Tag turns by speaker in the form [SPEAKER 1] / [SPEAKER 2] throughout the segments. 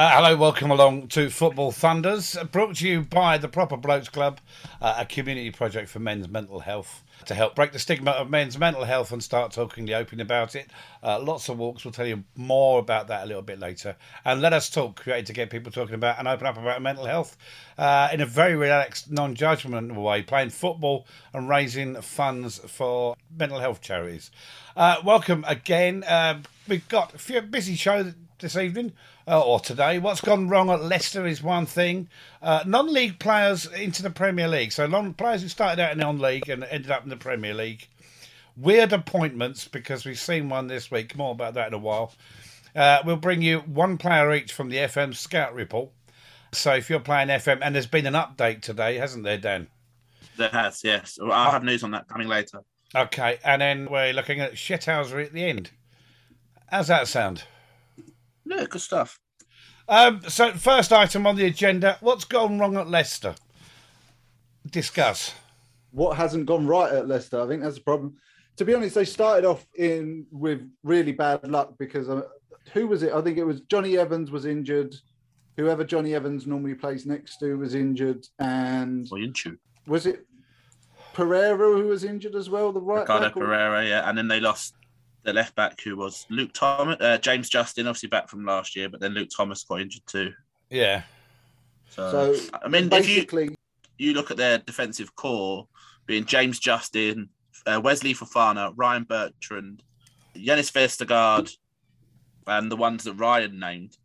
[SPEAKER 1] Uh, Hello, welcome along to Football Thunders, uh, brought to you by the Proper Blokes Club, uh, a community project for men's mental health to help break the stigma of men's mental health and start talking the open about it. Uh, lots of walks, we'll tell you more about that a little bit later. And Let Us Talk, created to get people talking about and open up about mental health uh, in a very relaxed, non judgmental way, playing football and raising funds for mental health charities. Uh, welcome again. Uh, we've got a few busy show this evening uh, or today. What's gone wrong at Leicester is one thing. Uh, non-league players into the Premier League. So long players who started out in non-league and ended up in the Premier League. Weird appointments because we've seen one this week. More about that in a while. Uh, we'll bring you one player each from the FM Scout Report. So if you're playing FM, and there's been an update today, hasn't there, Dan?
[SPEAKER 2] There has, yes. I'll have news on that coming later.
[SPEAKER 1] Okay, and then we're looking at Shithousery at the end. How's that sound?
[SPEAKER 2] Yeah, good stuff.
[SPEAKER 1] Um, so, first item on the agenda what's gone wrong at Leicester? Discuss.
[SPEAKER 3] what hasn't gone right at Leicester. I think that's the problem. To be honest, they started off in with really bad luck because uh, who was it? I think it was Johnny Evans was injured. Whoever Johnny Evans normally plays next to was injured, and
[SPEAKER 2] Well, you too.
[SPEAKER 3] was it Pereira who was injured as well? The right
[SPEAKER 2] Ricardo
[SPEAKER 3] back or-
[SPEAKER 2] Pereira, yeah. And then they lost the left back, who was Luke Thomas, uh, James Justin, obviously back from last year, but then Luke Thomas got injured too.
[SPEAKER 1] Yeah.
[SPEAKER 2] So,
[SPEAKER 3] So
[SPEAKER 2] I mean, if you,
[SPEAKER 3] basically,
[SPEAKER 2] you look at their defensive core, being James Justin, uh, Wesley Fofana, Ryan Bertrand, Yanis Vestergaard, and the ones that Ryan named.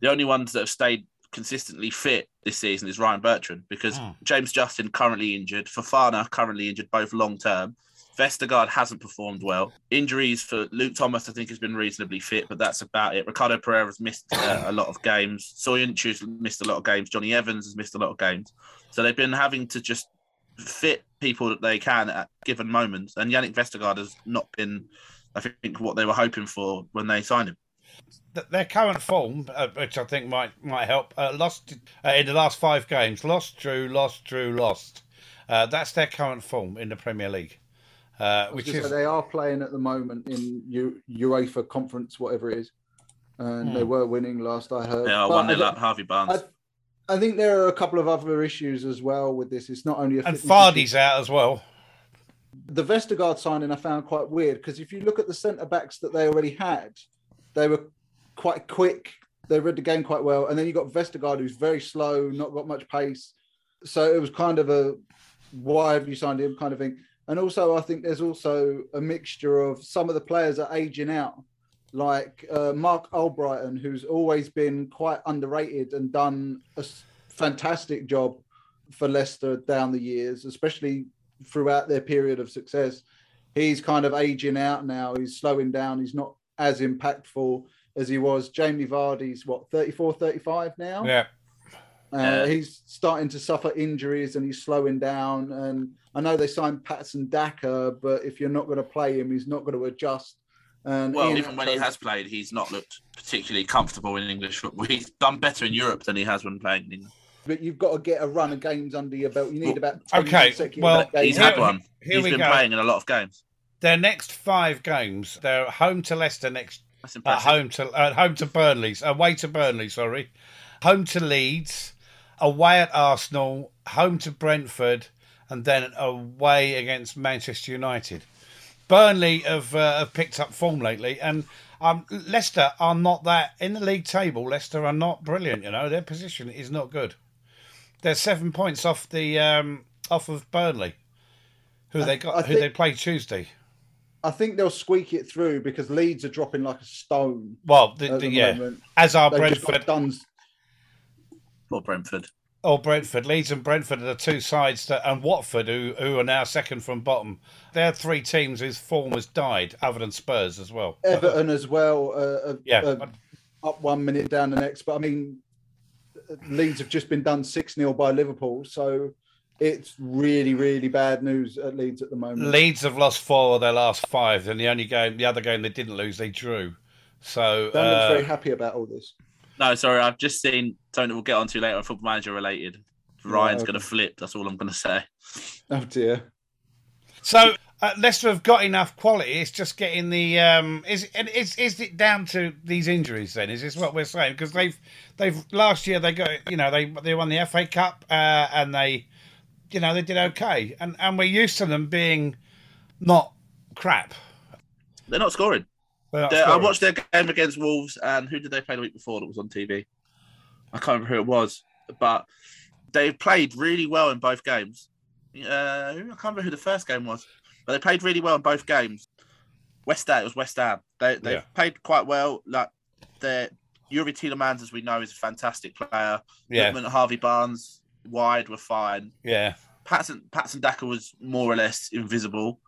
[SPEAKER 2] The only ones that have stayed consistently fit this season is Ryan Bertrand because
[SPEAKER 1] Mm.
[SPEAKER 2] James Justin currently injured, Fofana currently injured, both long term. Vestergaard hasn't performed well. Injuries for Luke Thomas, I think, has been reasonably fit, but that's about it. Ricardo Pereira's missed uh, a lot of games. Soyuncu's missed a lot of games. Johnny Evans has missed a lot of games. So they've been having to just fit people that they can at given moments. And Yannick Vestergaard has not been, I think, what they were hoping for when they signed him.
[SPEAKER 1] Th- Their current form, uh, which I think might might help, uh, lost uh, in the last five games. Lost, drew, lost, drew, lost. Uh, that's their current form in the Premier League, uh, which
[SPEAKER 3] just
[SPEAKER 1] is
[SPEAKER 3] that they are playing at the moment in U- UEFA Conference, whatever it is, and they were winning last I heard.
[SPEAKER 2] Yeah,
[SPEAKER 3] But
[SPEAKER 2] one
[SPEAKER 3] I
[SPEAKER 2] nil
[SPEAKER 3] don't-
[SPEAKER 2] up Harvey Barnes.
[SPEAKER 3] I, I think there are a couple of other issues as well with this. It's not only a
[SPEAKER 1] and
[SPEAKER 3] fitness issue.
[SPEAKER 1] Fardy's out as well.
[SPEAKER 3] the Vestergaard signing I found quite weird because if you look at the centre backs that they already had, they were quite quick. They read the game quite well, and then you got Vestergaard who's very slow, not got much pace. So it was kind of a why have you signed him kind of thing. And also, I think there's also a mixture of some of the players are aging out, like uh, Mark Albrighton, who's always been quite underrated and done a s- fantastic job for Leicester down the years, especially throughout their period of success. He's kind of aging out now. He's slowing down. He's not as impactful as he was. Jamie Vardy's what 34, 35 now.
[SPEAKER 1] Yeah.
[SPEAKER 3] Uh,
[SPEAKER 2] Yeah.
[SPEAKER 3] he's starting to suffer injuries and he's slowing down. And I know they signed Patson Daka, but if you're not going to play him, he's not going to adjust. And
[SPEAKER 2] well,
[SPEAKER 3] Ian
[SPEAKER 2] even when he
[SPEAKER 3] Atto-
[SPEAKER 2] has played, he's not looked particularly comfortable in English football. He's done better in Europe than he has when playing in England.
[SPEAKER 3] but you've got to get a run of games under your belt. You need about 10
[SPEAKER 1] Okay,
[SPEAKER 3] consecutive
[SPEAKER 1] well,
[SPEAKER 3] games.
[SPEAKER 2] He's
[SPEAKER 1] here-
[SPEAKER 2] had one.
[SPEAKER 1] here
[SPEAKER 2] he's
[SPEAKER 1] we
[SPEAKER 2] been
[SPEAKER 1] go.
[SPEAKER 2] playing in a lot of games.
[SPEAKER 1] Their next five games, they're home to Leicester next at
[SPEAKER 2] That's impressive.
[SPEAKER 1] home to at home to Burnley's away to Burnley, sorry, home to Leeds, away at Arsenal, home to Brentford, and then away against Manchester United. Burnley have, uh, have picked up form lately, and um, Leicester are not that in the league table. Leicester are not brilliant, you know. Their position is not good. They're seven points off the um, off of Burnley, who they got,
[SPEAKER 3] I
[SPEAKER 1] who
[SPEAKER 3] think-
[SPEAKER 1] they play Tuesday.
[SPEAKER 3] I think they'll squeak it through because Leeds are dropping like a stone.
[SPEAKER 1] Well, the,
[SPEAKER 3] At
[SPEAKER 1] the,
[SPEAKER 3] the
[SPEAKER 1] yeah,
[SPEAKER 3] moment,
[SPEAKER 1] as are
[SPEAKER 3] They've just
[SPEAKER 1] Brentford.
[SPEAKER 3] got Duns.
[SPEAKER 2] Poor Brentford.
[SPEAKER 1] Oh, Brentford, Leeds and Brentford are the two sides that, and Watford, who who are now second from bottom. They're three teams whose form has died, other than Spurs as well.
[SPEAKER 3] Everton as well. Uh, uh,
[SPEAKER 1] Uh-huh. Yeah.
[SPEAKER 3] uh, up one minute, down the next. But I mean, Leeds have just been done six 0 by Liverpool, so it's really, really bad news at Leeds at the moment.
[SPEAKER 1] Leeds have lost four of their last five, and the only game, the other game they didn't lose, they drew. So
[SPEAKER 3] Don't look very
[SPEAKER 1] uh,
[SPEAKER 3] happy about all this.
[SPEAKER 2] No, sorry, I've just seen something that we'll get onto later. Football manager related. Ryan's
[SPEAKER 3] okay.
[SPEAKER 2] going to flip. That's all I'm going to say.
[SPEAKER 3] Oh dear.
[SPEAKER 1] so uh, Leicester have got enough quality. It's just getting the um, is and is is it down to these injuries? Then is this what we're saying? Because they've they've last year they got you know they they won the FA Cup uh, and they you know they did okay and and we're used to them being not crap.
[SPEAKER 2] They're not scoring.
[SPEAKER 1] They're not
[SPEAKER 2] They- Uh, I
[SPEAKER 1] scoring.
[SPEAKER 2] watched their game against Wolves, and who did they play the week before that was on TV? I can't remember who it was, but they played really well in both games. Uh, I can't remember who the first game was, but they played really well in both games. West Ham, it was West Ham. They they
[SPEAKER 1] Yeah.
[SPEAKER 2] have played quite well. Like their Yuri Tielemans, as we know, is a fantastic player.
[SPEAKER 1] yeah
[SPEAKER 2] Lippmann, Harvey Barnes wide were fine.
[SPEAKER 1] yeah
[SPEAKER 2] Patson Patson Daka was more or less invisible,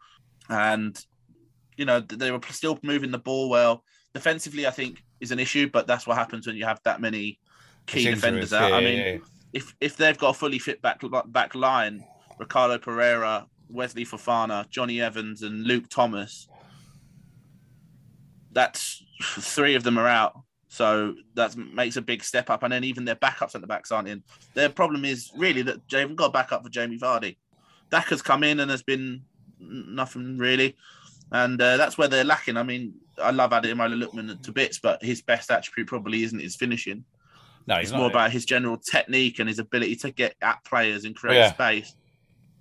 [SPEAKER 2] and you know th- they were still moving the ball well. Defensively, I think is an issue, but that's what happens when you have that many key
[SPEAKER 1] It's injuries.
[SPEAKER 2] defenders out.
[SPEAKER 1] Yeah,
[SPEAKER 2] I
[SPEAKER 1] yeah,
[SPEAKER 2] mean,
[SPEAKER 1] yeah.
[SPEAKER 2] if if they've got a fully fit back back line, Ricardo Pereira, Wesley Fofana, Johnny Evans, and Luke Thomas, that's three of them are out. So that makes a big step up, and then even their backups at the backs aren't in. Their problem is really that they haven't got a backup for Jamie Vardy. Daka's come in and has been n- nothing really, and uh, that's where they're lacking. I mean, I love Ademola Lookman to bits, but his best attribute probably isn't his finishing.
[SPEAKER 1] no, he's
[SPEAKER 2] It's
[SPEAKER 1] not.
[SPEAKER 2] more about his general technique and his ability to get at players and create
[SPEAKER 1] Yeah.
[SPEAKER 2] space.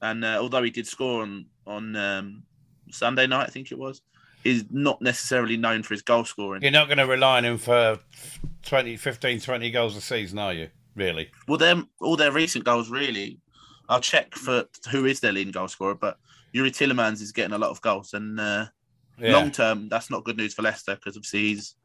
[SPEAKER 2] And uh, although he did score on on um, Sunday night, I think it was, he's not necessarily known for his goal scoring.
[SPEAKER 1] You're not going to rely on him for 20, 15, 20 goals a season, are you? Really?
[SPEAKER 2] Well, them all their recent goals really. I'll check for who is their leading goal scorer, but Yuri Tillemans is getting a lot of goals, and uh,
[SPEAKER 1] Yeah.
[SPEAKER 2] long term, that's not good news for Leicester because obviously he's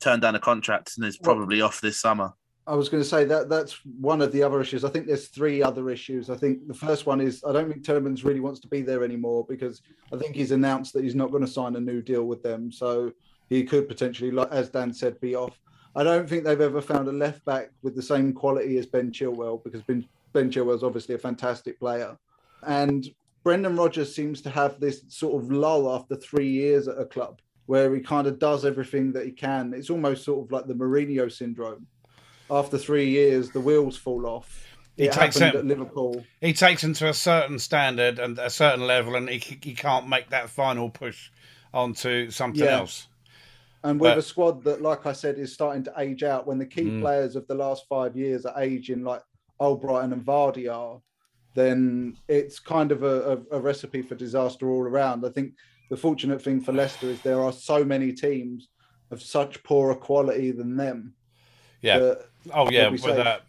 [SPEAKER 2] turned down a contract and is probably off this summer.
[SPEAKER 3] I was going to say that that's one of the other issues. I think there's three other issues. I think the first one is I don't think Telemans really wants to be there anymore because I think he's announced that he's not going to sign a new deal with them. So he could potentially, like as Dan said, be off. I don't think they've ever found a left back with the same quality as Ben Chilwell because Ben, ben Chilwell's obviously a fantastic player. And Brendan Rodgers seems to have this sort of lull after three years at a club where he kind of does everything that he can. It's almost sort of like the Mourinho syndrome after three years, the wheels fall off.
[SPEAKER 1] He
[SPEAKER 3] it
[SPEAKER 1] takes
[SPEAKER 3] happened
[SPEAKER 1] it.
[SPEAKER 3] at Liverpool.
[SPEAKER 1] He takes him to a certain standard and a certain level, and he, he can't make that final push onto something
[SPEAKER 3] Yeah.
[SPEAKER 1] else.
[SPEAKER 3] And with
[SPEAKER 1] But-
[SPEAKER 3] a squad that, like I said, is starting to age out, when the key
[SPEAKER 1] Mm.
[SPEAKER 3] players of the last five years are aging, like Albrighton and Vardy are, then it's kind of a, a, a recipe for disaster all around. I think the fortunate thing for Leicester is there are so many teams of such poorer quality than them.
[SPEAKER 1] Yeah.
[SPEAKER 3] that
[SPEAKER 1] oh, yeah.
[SPEAKER 3] they'll be
[SPEAKER 1] With
[SPEAKER 3] safe.
[SPEAKER 1] that,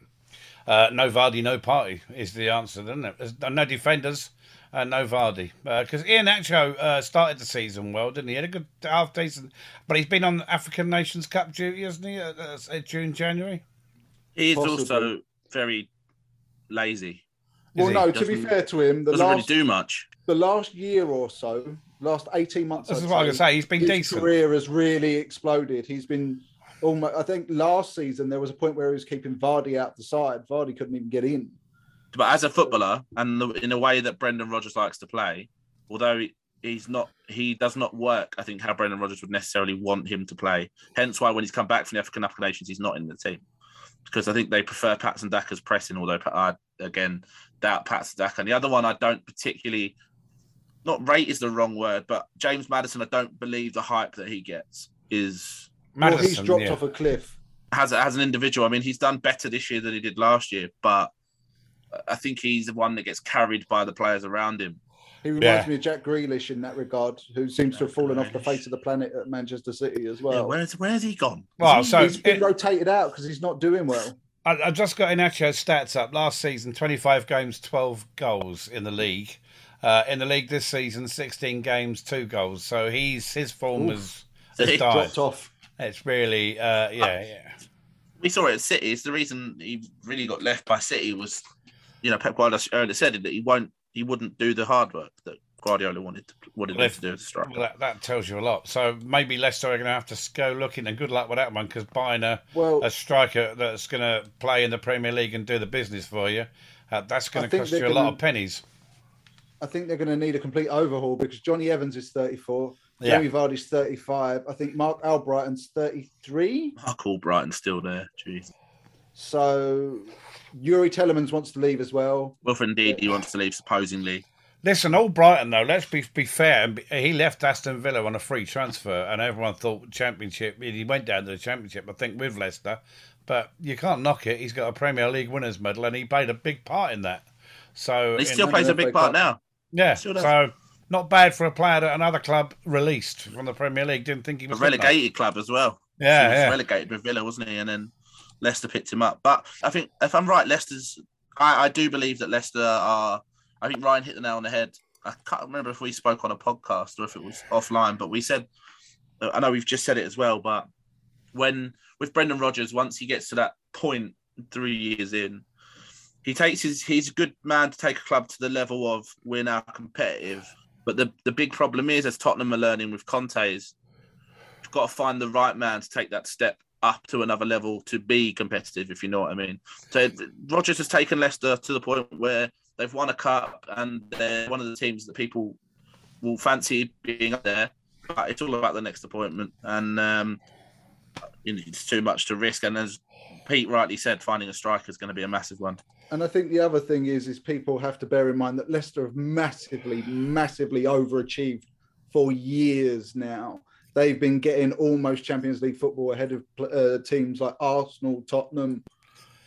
[SPEAKER 1] uh, no Vardy, no party is the answer, isn't it? There's no defenders. Uh, no Vardy, because Ian Acho uh, started the season well, didn't he? Had a good half decent, but he's been on African Nations Cup duty, hasn't he? Uh, uh, say June, January.
[SPEAKER 2] He is
[SPEAKER 3] Possibly.
[SPEAKER 2] also very lazy.
[SPEAKER 1] Is
[SPEAKER 3] well,
[SPEAKER 1] he?
[SPEAKER 3] no. To be
[SPEAKER 2] Doesn't-
[SPEAKER 3] fair to him, the
[SPEAKER 2] Doesn't
[SPEAKER 3] last
[SPEAKER 2] really do much.
[SPEAKER 3] the last year or so, last eighteen months.
[SPEAKER 1] This is
[SPEAKER 3] I'd
[SPEAKER 1] what I was
[SPEAKER 3] say,
[SPEAKER 1] gonna say. He's been
[SPEAKER 3] his
[SPEAKER 1] decent.
[SPEAKER 3] career has really exploded. He's been almost. I think last season there was a point where he was keeping Vardy out the side. Vardy couldn't even get in.
[SPEAKER 2] but as a footballer and the, in a way that Brendan Rodgers likes to play, although he, he's not, he does not work. I think how Brendan Rodgers would necessarily want him to play. Hence why when he's come back from the African Cup of Nations, he's not in the team because I think they prefer Pats and Daka's pressing. Although I again doubt Pats and Daka. And the other one I don't particularly, not rate is the wrong word, but James Madison. I don't believe the hype that he gets is
[SPEAKER 3] well, he's
[SPEAKER 1] Madison,
[SPEAKER 3] dropped
[SPEAKER 1] yeah.
[SPEAKER 3] off a cliff.
[SPEAKER 2] has as an individual. I mean, he's done better this year than he did last year, but I think he's the one that gets carried by the players around him.
[SPEAKER 3] He reminds
[SPEAKER 1] Yeah.
[SPEAKER 3] me of Jack Grealish in that regard, who seems to have fallen off the
[SPEAKER 2] Grealish.
[SPEAKER 3] face of the planet at Manchester City as
[SPEAKER 2] Yeah,
[SPEAKER 3] well.
[SPEAKER 2] where's where's he gone?
[SPEAKER 1] Well, so
[SPEAKER 3] he's been
[SPEAKER 1] it-
[SPEAKER 3] rotated out because he's not doing well.
[SPEAKER 1] I, I've just got Inacho's stats up. Last season, 25 games, 12 goals in the league. Uh, in the league this season, 16 games, two goals. So he's his form
[SPEAKER 3] Oof.
[SPEAKER 1] has,
[SPEAKER 2] So
[SPEAKER 1] has
[SPEAKER 2] he
[SPEAKER 1] died.
[SPEAKER 3] Dropped off.
[SPEAKER 1] It's really, uh,
[SPEAKER 3] Ah.
[SPEAKER 1] yeah, yeah.
[SPEAKER 2] We saw it at City. It's the reason he really got left by City was, you know, Pep Guardiola earlier said it, that he won't, he wouldn't do the hard work that Guardiola wanted to, wanted him
[SPEAKER 1] Left-
[SPEAKER 2] to do as a striker.
[SPEAKER 1] Well, that, that tells you a lot. So maybe Leicester are going to have to go looking, and good luck with that one because buying a,
[SPEAKER 3] Well,
[SPEAKER 1] a striker that's going to play in the Premier League and do the business for you, uh, that's going
[SPEAKER 3] I
[SPEAKER 1] to
[SPEAKER 3] think
[SPEAKER 1] cost you
[SPEAKER 3] they're
[SPEAKER 1] a lot
[SPEAKER 3] gonna-
[SPEAKER 1] of pennies.
[SPEAKER 3] I think they're going to need a complete overhaul because Johnny Evans is 34,
[SPEAKER 1] Yeah.
[SPEAKER 3] Jamie Vardy's 35, I think Mark Albrighton's 33.
[SPEAKER 2] Mark Albrighton's still there. Jeez.
[SPEAKER 3] So Yuri Telemans wants to leave as well.
[SPEAKER 2] Well, indeed, he wants to leave supposedly.
[SPEAKER 1] Listen, all Brighton though. Let's be be fair. and be- He left Aston Villa on a free transfer, and everyone thought Championship. He went down to the Championship, I think, with Leicester. But you can't knock it. He's got a Premier League winners' medal, and he played a big part in that. So
[SPEAKER 2] He
[SPEAKER 1] in-
[SPEAKER 2] still plays a
[SPEAKER 4] FA
[SPEAKER 2] big
[SPEAKER 4] Cup.
[SPEAKER 2] part now.
[SPEAKER 1] yeah.
[SPEAKER 2] still does.
[SPEAKER 1] So not bad for a player at another club released from the Premier League. Didn't think he
[SPEAKER 2] A
[SPEAKER 1] was good enough.
[SPEAKER 2] relegated club as well. he
[SPEAKER 1] Yeah,
[SPEAKER 2] was
[SPEAKER 1] yeah.
[SPEAKER 2] relegated with Villa, wasn't he? And then Leicester picked him up. But I think if I'm right, Leicester's. I, I do believe that Leicester are. I think Ryan hit the nail on the head. I can't remember if we spoke on a podcast or if it was offline, but we said. I know we've just said it as well, but when with Brendan Rodgers, once he gets to that point three years in, he takes his. He's a good man to take a club to the level of we're now competitive. But the the big problem is, as Tottenham are learning with Conte, is you've got to find the right man to take that step up to another level to be competitive, if you know what I mean. So Rogers has taken Leicester to the point where they've won a cup and they're one of the teams that people will fancy being up there. But it's all about the next appointment, and um, you know, it's too much to risk. And as Pete rightly said, finding a striker is going to be a massive one.
[SPEAKER 4] And I think the other thing is, is people have to bear in mind that Leicester have massively, massively overachieved for years now. They've been getting almost Champions League football ahead of uh, teams like Arsenal, Tottenham.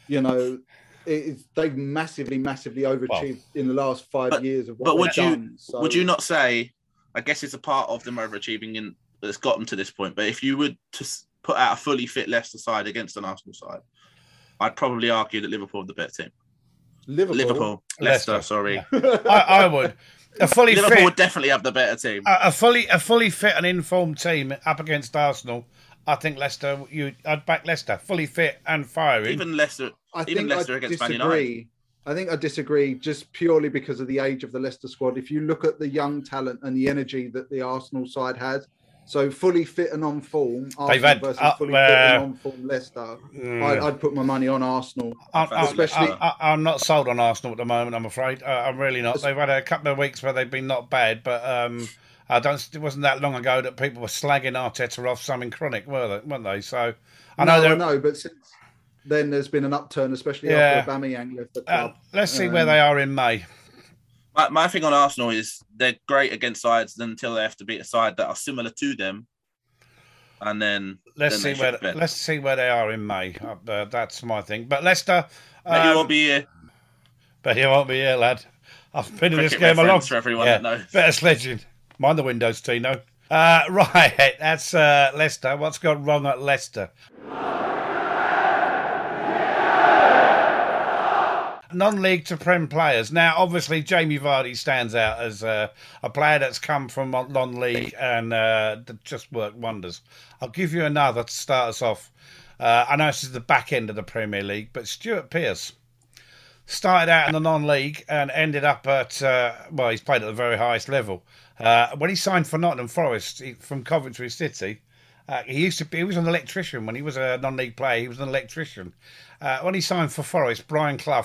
[SPEAKER 4] You know, it, it's- they've massively, massively overachieved in the last five
[SPEAKER 2] But-
[SPEAKER 4] years of what
[SPEAKER 2] but
[SPEAKER 4] they've
[SPEAKER 2] would you-
[SPEAKER 4] done. So,
[SPEAKER 2] would you not say? I guess it's a part of them overachieving and that's got them to this point. But if you would to s- put out a fully fit Leicester side against an Arsenal side, I'd probably argue that Liverpool are the better team.
[SPEAKER 4] Liverpool?
[SPEAKER 2] Liverpool,
[SPEAKER 1] Leicester,
[SPEAKER 2] Leicester, sorry,
[SPEAKER 1] yeah. I, I would. A fully
[SPEAKER 2] Liverpool
[SPEAKER 1] fit,
[SPEAKER 2] would definitely have the better team.
[SPEAKER 1] a, a fully a fully fit and informed team up against Arsenal. I think Leicester. You, I'd back Leicester. Fully fit and firing.
[SPEAKER 2] Even Leicester,
[SPEAKER 4] I
[SPEAKER 2] even
[SPEAKER 4] think
[SPEAKER 2] Leicester
[SPEAKER 4] I
[SPEAKER 2] against Man
[SPEAKER 4] disagree.
[SPEAKER 2] United.
[SPEAKER 4] I think I disagree just purely because of the age of the Leicester squad. If you look at the young talent and the energy that the Arsenal side has, so fully fit and on form, Arsenal
[SPEAKER 1] had-
[SPEAKER 4] versus
[SPEAKER 1] uh,
[SPEAKER 4] fully fit and
[SPEAKER 1] uh,
[SPEAKER 4] on form Leicester,
[SPEAKER 1] Mm.
[SPEAKER 4] I, I'd put my money on Arsenal.
[SPEAKER 1] I'm, I'm-
[SPEAKER 4] Especially-
[SPEAKER 1] I, I, am not sold on Arsenal at the moment. I'm afraid I, I'm really not. They've had a couple of weeks where they've been not bad, but um, I don't. It wasn't that long ago that people were slagging Arteta off something chronic, were they? Weren't they? So I know
[SPEAKER 4] no, I
[SPEAKER 1] they're.
[SPEAKER 4] know, but since then there's been an upturn, especially
[SPEAKER 1] Yeah.
[SPEAKER 4] after Aubameyang left the
[SPEAKER 1] Uh,
[SPEAKER 4] club.
[SPEAKER 1] let's see
[SPEAKER 2] Um,
[SPEAKER 1] where they are in May.
[SPEAKER 2] My, my thing on Arsenal is they're great against sides until they have to beat a side that are similar to them, and then
[SPEAKER 1] Let's
[SPEAKER 2] then
[SPEAKER 1] see
[SPEAKER 2] they
[SPEAKER 1] where.
[SPEAKER 2] should be better.
[SPEAKER 1] Let's see where they are in May. Uh, uh, that's my thing. But Leicester.
[SPEAKER 2] Maybe
[SPEAKER 1] um,
[SPEAKER 2] won't be a
[SPEAKER 1] But he won't be here, lad. I've been in this
[SPEAKER 2] cricket
[SPEAKER 1] game a long
[SPEAKER 2] reference for everyone
[SPEAKER 1] Yeah.
[SPEAKER 2] that knows.
[SPEAKER 1] Better sledging. Mind the windows, Tino. Uh, right, that's uh, Leicester. What's gone wrong at Leicester? Non-league to Prem players. Now, obviously, Jamie Vardy stands out as uh, a player that's come from non-league and uh, th- just worked wonders. I'll give you another to start us off. Uh, I know this is the back end of the Premier League, but Stuart Pearce started out in the non-league and ended up at uh, well, he's played at the very highest level. Uh, when he signed for Nottingham Forest he, from Coventry City, uh, he used to be, he was an electrician when he was a non-league player. He was an electrician. Uh, when he signed for Forest, Brian Clough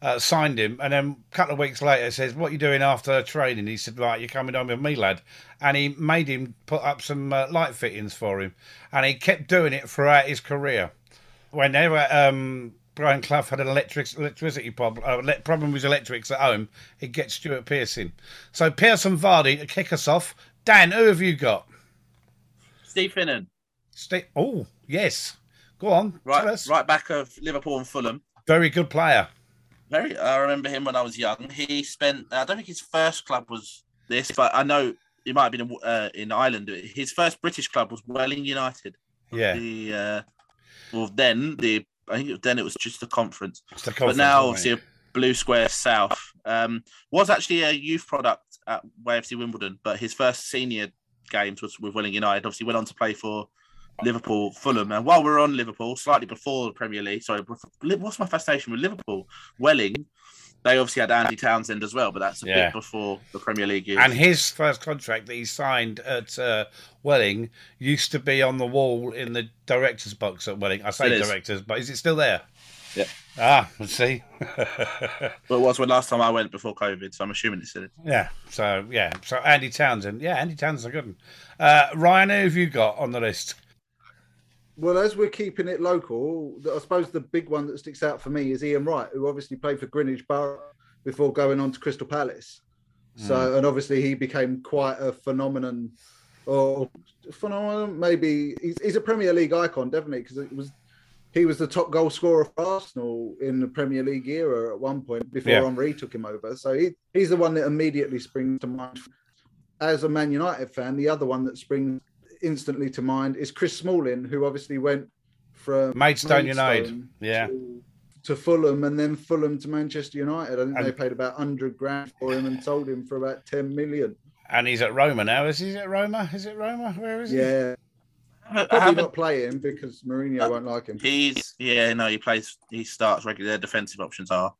[SPEAKER 1] uh, signed him, and then a couple of weeks later says, "What you doing after training?" He said, "Right, you're coming on with me, lad." And he made him put up some uh, light fittings for him, and he kept doing it throughout his career whenever um, Brian Clough had an electric electricity problem, uh, le- problem with his electrics at home, he'd get Stuart Pearce in. So Pearce and Vardy to kick us off. Dan, who have you got?
[SPEAKER 2] Steve Finnan,
[SPEAKER 1] Ste oh, yes. Go on. tell
[SPEAKER 2] right,
[SPEAKER 1] us.
[SPEAKER 2] right back of Liverpool and Fulham.
[SPEAKER 1] Very good player.
[SPEAKER 2] Very. I remember him when I was young. He spent. I don't think his first club was this, but I know it might have been uh, in Ireland. His first British club was Welling United.
[SPEAKER 1] Yeah.
[SPEAKER 2] The uh, well, then the I think it- then it was just the conference,
[SPEAKER 1] It's the
[SPEAKER 2] but
[SPEAKER 1] conference,
[SPEAKER 2] now
[SPEAKER 1] isn't
[SPEAKER 2] obviously
[SPEAKER 1] it?
[SPEAKER 2] a Blue Square South um, was actually a youth product at YFC Wimbledon, but his first senior games was with Welling United. Obviously, went on to play for. Liverpool, Fulham, and while we're on Liverpool, slightly before the Premier League, sorry, before- what's my fascination with Liverpool? Welling, they obviously had Andy Townsend as well, but that's a
[SPEAKER 1] Yeah.
[SPEAKER 2] bit before the Premier League. years.
[SPEAKER 1] And his first contract that he signed at uh, Welling used to be on the wall in the director's box at Welling. I say
[SPEAKER 2] It is.
[SPEAKER 1] director's, but is it still there?
[SPEAKER 2] Yeah.
[SPEAKER 1] Ah, let's see.
[SPEAKER 2] but it was when last time I went before COVID, so I'm assuming it's in it.
[SPEAKER 1] Yeah. So yeah. So Andy Townsend. Yeah, Andy Townsend's a good one. Uh, Ryan, who have you got on the list?
[SPEAKER 4] Well, as we're keeping it local, th- I suppose the big one that sticks out for me is Ian Wright, who obviously played for Greenwich Borough before going on to Crystal Palace.
[SPEAKER 3] So,
[SPEAKER 1] Hmm.
[SPEAKER 3] and obviously he became quite a phenomenon, or phenomenon maybe. He's, he's a Premier League icon, definitely, because it was he was the top goal scorer for Arsenal in the Premier League era at one point before
[SPEAKER 1] Yeah.
[SPEAKER 3] Henri took him over. So he, he's the one that immediately springs to mind. As a Man United fan, the other one that springs instantly to mind is Chris Smalling, who obviously went from
[SPEAKER 1] Maidstone United.
[SPEAKER 3] Maidstone
[SPEAKER 1] Yeah.
[SPEAKER 3] to- to Fulham and then Fulham to Manchester United. I think they
[SPEAKER 1] And-
[SPEAKER 3] paid about 100 grand for him and sold him for about 10 million.
[SPEAKER 1] And he's at Roma now. Is he at Roma? Is it Roma? Where is he?
[SPEAKER 3] Yeah,
[SPEAKER 2] I
[SPEAKER 3] probably
[SPEAKER 2] haven't.
[SPEAKER 3] not play him because Mourinho won't like him.
[SPEAKER 2] He's yeah, no, he plays. He starts regularly. Their defensive options are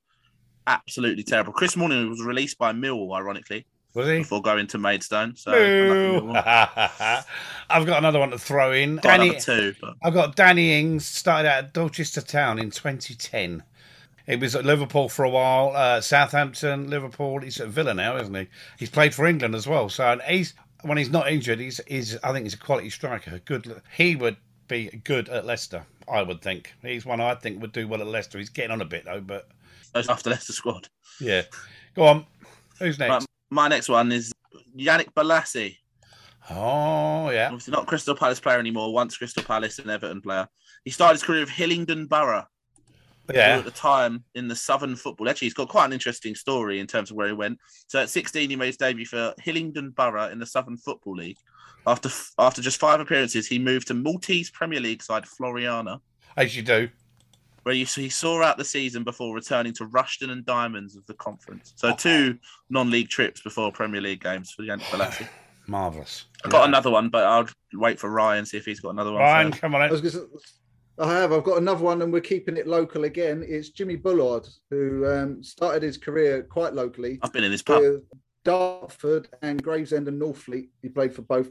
[SPEAKER 2] absolutely terrible. Chris Morning was released by Millwall, ironically,
[SPEAKER 1] Was he?
[SPEAKER 2] before going to Maidstone. So unlucky
[SPEAKER 1] Boo.
[SPEAKER 2] Millwall.
[SPEAKER 1] I've got another one to throw in.
[SPEAKER 2] Got
[SPEAKER 1] Danny,
[SPEAKER 2] number two, but
[SPEAKER 1] I've got Danny Ings started out at Dorchester Town in 2010. He was at Liverpool for a while, uh, Southampton, Liverpool. He's at Villa now, isn't he? He's played for England as well. So and he's when he's not injured, he's, he's I think he's a quality striker. Good, he would be good at Leicester. I would think he's one I think would do well at Leicester. He's getting on a bit though, but
[SPEAKER 2] goes after Leicester squad.
[SPEAKER 1] yeah. Go on, who's next?
[SPEAKER 2] Right, my next one is Yannick Balassi. Um,
[SPEAKER 1] Oh yeah,
[SPEAKER 2] Obviously not Crystal Palace player anymore. Once Crystal Palace and Everton player. He started his career with Hillingdon Borough. who
[SPEAKER 1] yeah.
[SPEAKER 2] at the time in the Southern Football. Actually, he's got quite an interesting story in terms of where he went. So at 16, he made his debut for Hillingdon Borough in the Southern Football League. After after just five appearances, he moved to Maltese Premier League side Floriana,
[SPEAKER 1] As you do.
[SPEAKER 2] where he, he saw out the season before returning to Rushden and Diamonds of the conference. So two non-league trips before Premier League games for Yannick Bolasie.
[SPEAKER 1] Marvellous.
[SPEAKER 2] I've got another one, but I'll wait for Ryan see if he's got another one.
[SPEAKER 1] Ryan,
[SPEAKER 2] first.
[SPEAKER 1] come on
[SPEAKER 3] I,
[SPEAKER 1] in.
[SPEAKER 3] was gonna, I have. I've got another one, and we're keeping it local again. It's Jimmy Bullard, who um, started his career quite locally
[SPEAKER 2] I've been in this pub.
[SPEAKER 3] with Dartford and Gravesend and Northfleet. He played for both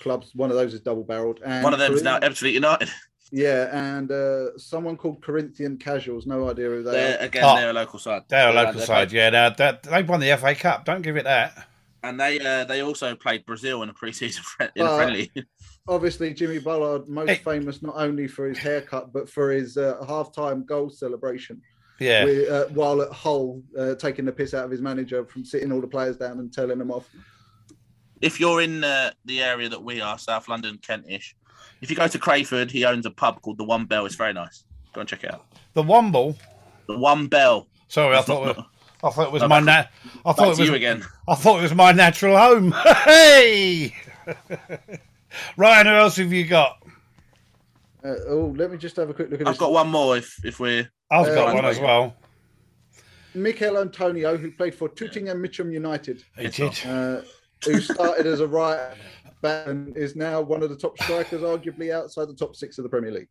[SPEAKER 3] clubs. One of those is double barreled.
[SPEAKER 2] One of them is now Absolute United.
[SPEAKER 3] Yeah, and uh, someone called Corinthian Casuals. No idea who they
[SPEAKER 2] They're,
[SPEAKER 3] are.
[SPEAKER 2] again,
[SPEAKER 1] Oh.
[SPEAKER 2] they're a local side.
[SPEAKER 1] They're a
[SPEAKER 2] They're-
[SPEAKER 1] local
[SPEAKER 2] they're
[SPEAKER 1] side, yeah. Now that they've won the FA Cup, don't give it that.
[SPEAKER 2] And they uh, they also played Brazil in a preseason fri- in a
[SPEAKER 3] Well,
[SPEAKER 2] friendly.
[SPEAKER 3] Obviously, Jimmy Bullard, most
[SPEAKER 1] Hey.
[SPEAKER 3] famous not only for his haircut but for his uh, halftime goal celebration
[SPEAKER 1] Yeah,
[SPEAKER 3] with, uh, while at Hull, uh, taking the piss out of his manager from sitting all the players down and telling them off.
[SPEAKER 2] if you're in uh, the area that we are, South London, Kentish, if you go to Crayford, he owns a pub called the One Bell. It's very nice. Go and check it out.
[SPEAKER 1] the Womble.
[SPEAKER 2] The One Bell.
[SPEAKER 1] Sorry, I
[SPEAKER 2] That's
[SPEAKER 1] thought
[SPEAKER 2] not-
[SPEAKER 1] we- I thought it was
[SPEAKER 2] No,
[SPEAKER 1] my na-
[SPEAKER 2] back-
[SPEAKER 1] I
[SPEAKER 2] Back
[SPEAKER 1] thought it
[SPEAKER 2] to you
[SPEAKER 1] was
[SPEAKER 2] again.
[SPEAKER 1] I thought it was my natural home. hey, Ryan, who else have you got?
[SPEAKER 3] Uh, oh, let me just have a quick look at
[SPEAKER 2] I've
[SPEAKER 3] this.
[SPEAKER 2] got one more. If if we're
[SPEAKER 1] I've
[SPEAKER 3] Uh,
[SPEAKER 1] got
[SPEAKER 2] I've
[SPEAKER 1] one
[SPEAKER 2] got
[SPEAKER 1] as
[SPEAKER 2] you.
[SPEAKER 1] well.
[SPEAKER 3] Mikel Antonio, who played for Tooting and Mitcham United,
[SPEAKER 1] He
[SPEAKER 2] Yes,
[SPEAKER 1] did.
[SPEAKER 3] uh, who started as a right back and is now one of the top strikers, arguably outside the top six of the Premier League.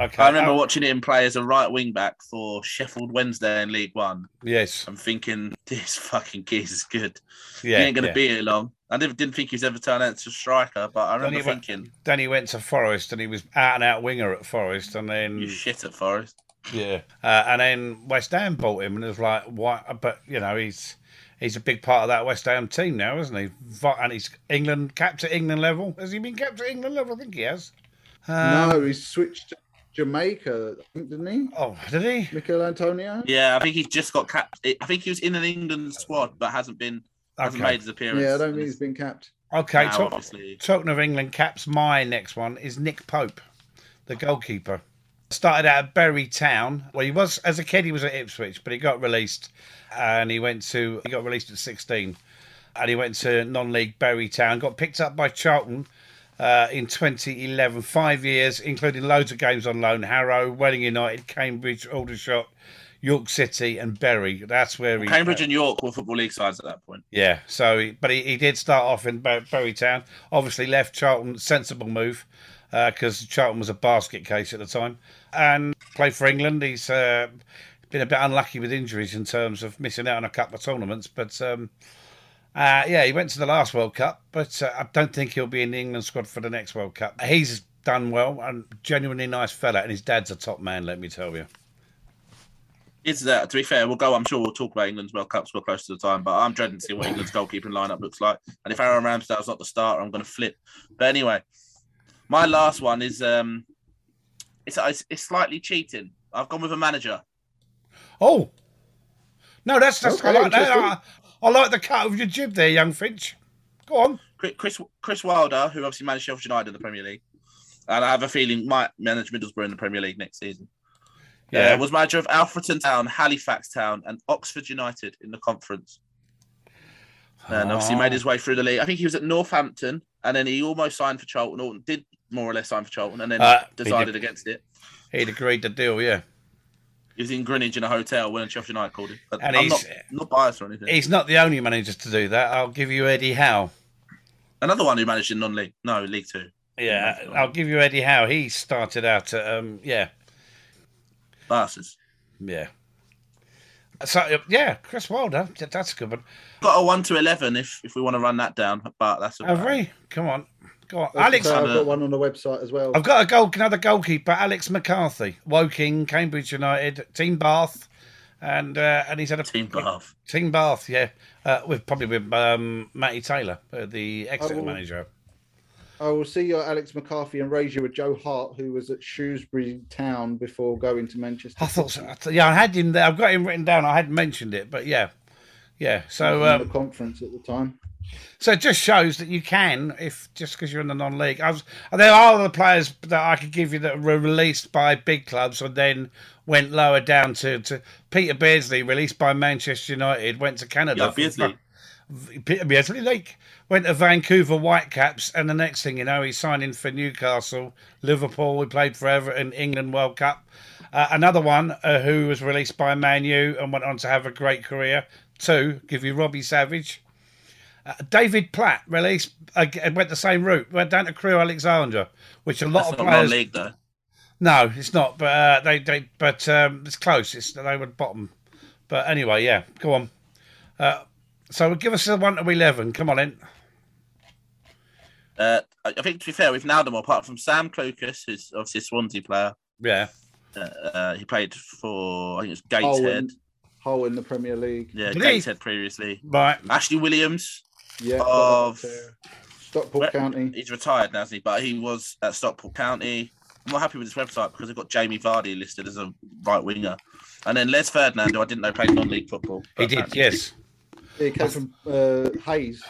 [SPEAKER 1] Okay.
[SPEAKER 2] I remember
[SPEAKER 1] Oh,
[SPEAKER 2] watching him play as a right wing back for Sheffield Wednesday in League One.
[SPEAKER 1] yes.
[SPEAKER 2] I'm thinking this fucking kid is good.
[SPEAKER 1] Yeah.
[SPEAKER 2] he ain't gonna
[SPEAKER 1] yeah.
[SPEAKER 2] be here long. I never didn't think he was ever turned out to striker, but I remember
[SPEAKER 1] he went-
[SPEAKER 2] thinking
[SPEAKER 1] Then he went to Forest and he was out and out winger at Forest, and then
[SPEAKER 2] you shit at Forest.
[SPEAKER 1] Yeah, uh, and then West Ham bought him, and it was like, why? But you know, he's he's a big part of that West Ham team now, isn't he? Vi- And he's England capped at England level. Has he been capped at England level? I think he has. Um,
[SPEAKER 3] no, he switched to Jamaica, I think, didn't he?
[SPEAKER 1] Oh, did he?
[SPEAKER 3] Mikel Antonio?
[SPEAKER 2] Yeah, I think he's just got capped. I think he was in an England squad, but hasn't been hasn't
[SPEAKER 1] Okay.
[SPEAKER 2] made his appearance.
[SPEAKER 3] Yeah, I don't think
[SPEAKER 2] And
[SPEAKER 3] he's been capped.
[SPEAKER 1] Okay.
[SPEAKER 2] now,
[SPEAKER 1] talk-
[SPEAKER 2] obviously.
[SPEAKER 1] talking of England caps, my next one is Nick Pope, the goalkeeper. Started out at Bury Town. Well, he was as a kid, he was at Ipswich, but he got released, and he went to he got released at sixteen, and he went to non-league Bury Town. Got picked up by Charlton uh, in 2011, five years, including loads of games on loan. Harrow, Welling United, Cambridge, Aldershot, York City, and Bury. That's where he
[SPEAKER 2] Cambridge and York were football league sides at that point.
[SPEAKER 1] yeah, so he- but he, he did start off in Ber- Bury Town. Obviously, left Charlton, sensible move because Charlton was a basket case at the time, and played for England. He's uh, been a bit unlucky with injuries in terms of missing out on a couple of tournaments, but um, uh, yeah, he went to the last World Cup, but uh, I don't think he'll be in the England squad for the next World Cup. He's done well and genuinely nice fella, and his dad's a top man, let me tell you.
[SPEAKER 2] Is that to be fair? We'll go. I'm sure we'll talk about England's World Cups. We're close to the time, but I'm dreading to see what England's goalkeeping lineup looks like. And if Aaron Ramsdale's not the starter, I'm going to flip. But anyway, my last one is um, it's it's, it's slightly cheating. I've gone with a manager.
[SPEAKER 1] Oh, no, that's that's I
[SPEAKER 3] Okay,
[SPEAKER 1] like that. I, I like the cut of your jib there, young Finch. Go on.
[SPEAKER 2] Chris- Chris Chris Wilder, who obviously managed Sheffield United in the Premier League, and I have a feeling might manage Middlesbrough in the Premier League next season. Yeah, was manager of Alfreton Town, Halifax Town, and Oxford United in the conference, and obviously
[SPEAKER 1] Ah.
[SPEAKER 2] made his way through the league. I think he was at Northampton, and then he almost signed for Charlton. Or did more or less sign for Charlton, and then
[SPEAKER 1] Uh, he
[SPEAKER 2] decided
[SPEAKER 1] did.
[SPEAKER 2] against it.
[SPEAKER 1] He'd agreed to deal, yeah.
[SPEAKER 2] He was in Greenwich in a hotel when Sheffield United called him. But
[SPEAKER 1] And
[SPEAKER 2] I'm
[SPEAKER 1] he's-
[SPEAKER 2] not, not biased or anything.
[SPEAKER 1] He's not the only manager to do that. I'll give you Eddie Howe.
[SPEAKER 2] Another one who managed in non-league, no League Two.
[SPEAKER 1] Yeah,
[SPEAKER 2] Nice one.
[SPEAKER 1] I'll give you Eddie Howe. He started out at, um, yeah,
[SPEAKER 2] Bastards.
[SPEAKER 1] yeah. So, uh, yeah, Chris Wilder. Th- That's a good one.
[SPEAKER 2] Got a one to eleven if if we want to run that down, but that's all
[SPEAKER 1] Have
[SPEAKER 2] right.
[SPEAKER 1] we? Come on. Go on.
[SPEAKER 4] I was gonna
[SPEAKER 1] Alex,
[SPEAKER 4] say, I've
[SPEAKER 2] Alexander.
[SPEAKER 4] got one on the website as well.
[SPEAKER 1] I've got a goal, another goalkeeper, Alex McCarthy, Woking, Cambridge United, Team Bath, and uh, and he's had a
[SPEAKER 2] Team Bath.
[SPEAKER 1] Team Bath, yeah, uh, with probably with um, Matty Taylor, uh, the Exeter
[SPEAKER 4] Oh.
[SPEAKER 1] manager.
[SPEAKER 4] I will see your Alex McCarthy and raise you with Joe Hart, who was at Shrewsbury Town before going to Manchester.
[SPEAKER 1] I thought, so. I th- yeah, I had him there. I've got him written down. I hadn't mentioned it, but yeah, yeah.
[SPEAKER 4] in
[SPEAKER 1] So um,
[SPEAKER 3] Mm-hmm.
[SPEAKER 4] the conference at the time.
[SPEAKER 1] So it just shows that you can, if just because you're in the non-league. I was, there are other players that I could give you that were released by big clubs and then went lower down to, to Peter Beardsley, released by Manchester United, went to Canada.
[SPEAKER 2] Yeah,
[SPEAKER 1] for-
[SPEAKER 2] Beardsley.
[SPEAKER 1] Peter Beardsley, like, went to Vancouver Whitecaps, and the next thing you know, he's signing for Newcastle, Liverpool. We played for Everton, England World Cup. Uh, another one uh, who was released by Man U and went on to have a great career. Two, give you Robbie Savage. Uh, David Platt released uh, went the same route. Went down to Crewe Alexandra, which a lot
[SPEAKER 2] That's
[SPEAKER 1] of
[SPEAKER 2] not
[SPEAKER 1] players.
[SPEAKER 2] non-league though.
[SPEAKER 1] No, it's not. But uh, they they but um, it's close. It's they were bottom. But anyway, yeah, go on. Uh, so give us the one to eleven. Come on in.
[SPEAKER 2] Uh, I I think to be fair, we've nailed them all, apart from Sam Clokus, who's obviously a Swansea player.
[SPEAKER 1] Yeah.
[SPEAKER 2] Uh, uh, he played for I think it was
[SPEAKER 4] Hull
[SPEAKER 2] Gateshead.
[SPEAKER 4] in, Hull in the Premier League.
[SPEAKER 2] yeah,
[SPEAKER 1] Did he?
[SPEAKER 2] Gateshead previously.
[SPEAKER 1] Right.
[SPEAKER 2] Ashley Williams,
[SPEAKER 4] Yeah.
[SPEAKER 2] Of-
[SPEAKER 4] Stockport
[SPEAKER 2] Where-
[SPEAKER 4] County.
[SPEAKER 2] he's retired now, isn't he? But he was at Stockport County. I'm not happy with this website because I've got Jamie Vardy listed as a right winger. And then Les Ferdinand, who I didn't know played non-league football.
[SPEAKER 1] He
[SPEAKER 2] but
[SPEAKER 1] did.
[SPEAKER 2] apparently-
[SPEAKER 1] Yes.
[SPEAKER 4] He came from uh, Hayes.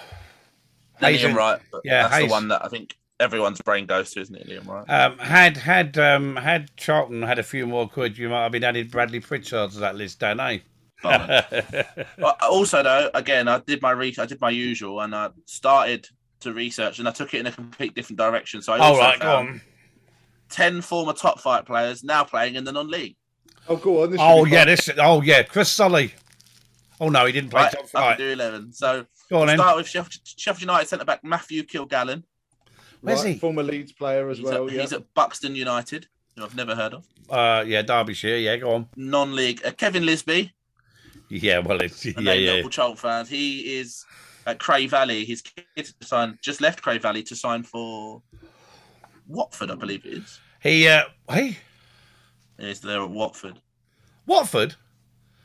[SPEAKER 2] Then
[SPEAKER 1] Hayes
[SPEAKER 2] Liam
[SPEAKER 1] and-
[SPEAKER 2] Wright. but
[SPEAKER 1] yeah,
[SPEAKER 2] that's
[SPEAKER 1] Hayes.
[SPEAKER 2] the one that I think everyone's brain goes to, isn't it, Liam Wright?
[SPEAKER 1] Um, had had um, had Charlton had a few more quid, you might have been added Bradley Pritchard to that list, Dan. Eh?
[SPEAKER 2] But- But also, though, again, I did my research, I did my usual, and I started to research, and I took it in a complete different direction. So I
[SPEAKER 1] All
[SPEAKER 2] also
[SPEAKER 1] right, go
[SPEAKER 2] found
[SPEAKER 1] on.
[SPEAKER 2] ten former top fight players now playing in the non-league.
[SPEAKER 4] Oh, go on. This
[SPEAKER 1] Oh
[SPEAKER 4] should be
[SPEAKER 1] yeah,
[SPEAKER 4] fun.
[SPEAKER 1] this. Oh yeah, Chris Sully. Oh no, he didn't play.
[SPEAKER 2] Right,
[SPEAKER 1] top
[SPEAKER 2] I
[SPEAKER 1] flight.
[SPEAKER 2] can do eleven. So
[SPEAKER 1] Go on in.
[SPEAKER 2] start with Sheff- Sheffield United centre back Matthew Kilgallen.
[SPEAKER 1] Where's he?
[SPEAKER 4] Former Leeds player as
[SPEAKER 2] He's,
[SPEAKER 4] well.
[SPEAKER 2] at,
[SPEAKER 4] yeah.
[SPEAKER 2] he's at Buxton United, who I've never heard of.
[SPEAKER 1] Uh, yeah, Derbyshire. Yeah, go on.
[SPEAKER 2] Non-league uh, Kevin Lisby,
[SPEAKER 1] Yeah, well, it's
[SPEAKER 2] a
[SPEAKER 1] yeah,
[SPEAKER 2] name
[SPEAKER 1] yeah.
[SPEAKER 2] notable Charlton fans. He is at Cray Valley. His kid signed, just left Cray Valley to sign for Watford, I believe it is.
[SPEAKER 1] He, uh, hey,
[SPEAKER 2] Is there at Watford?
[SPEAKER 1] Watford,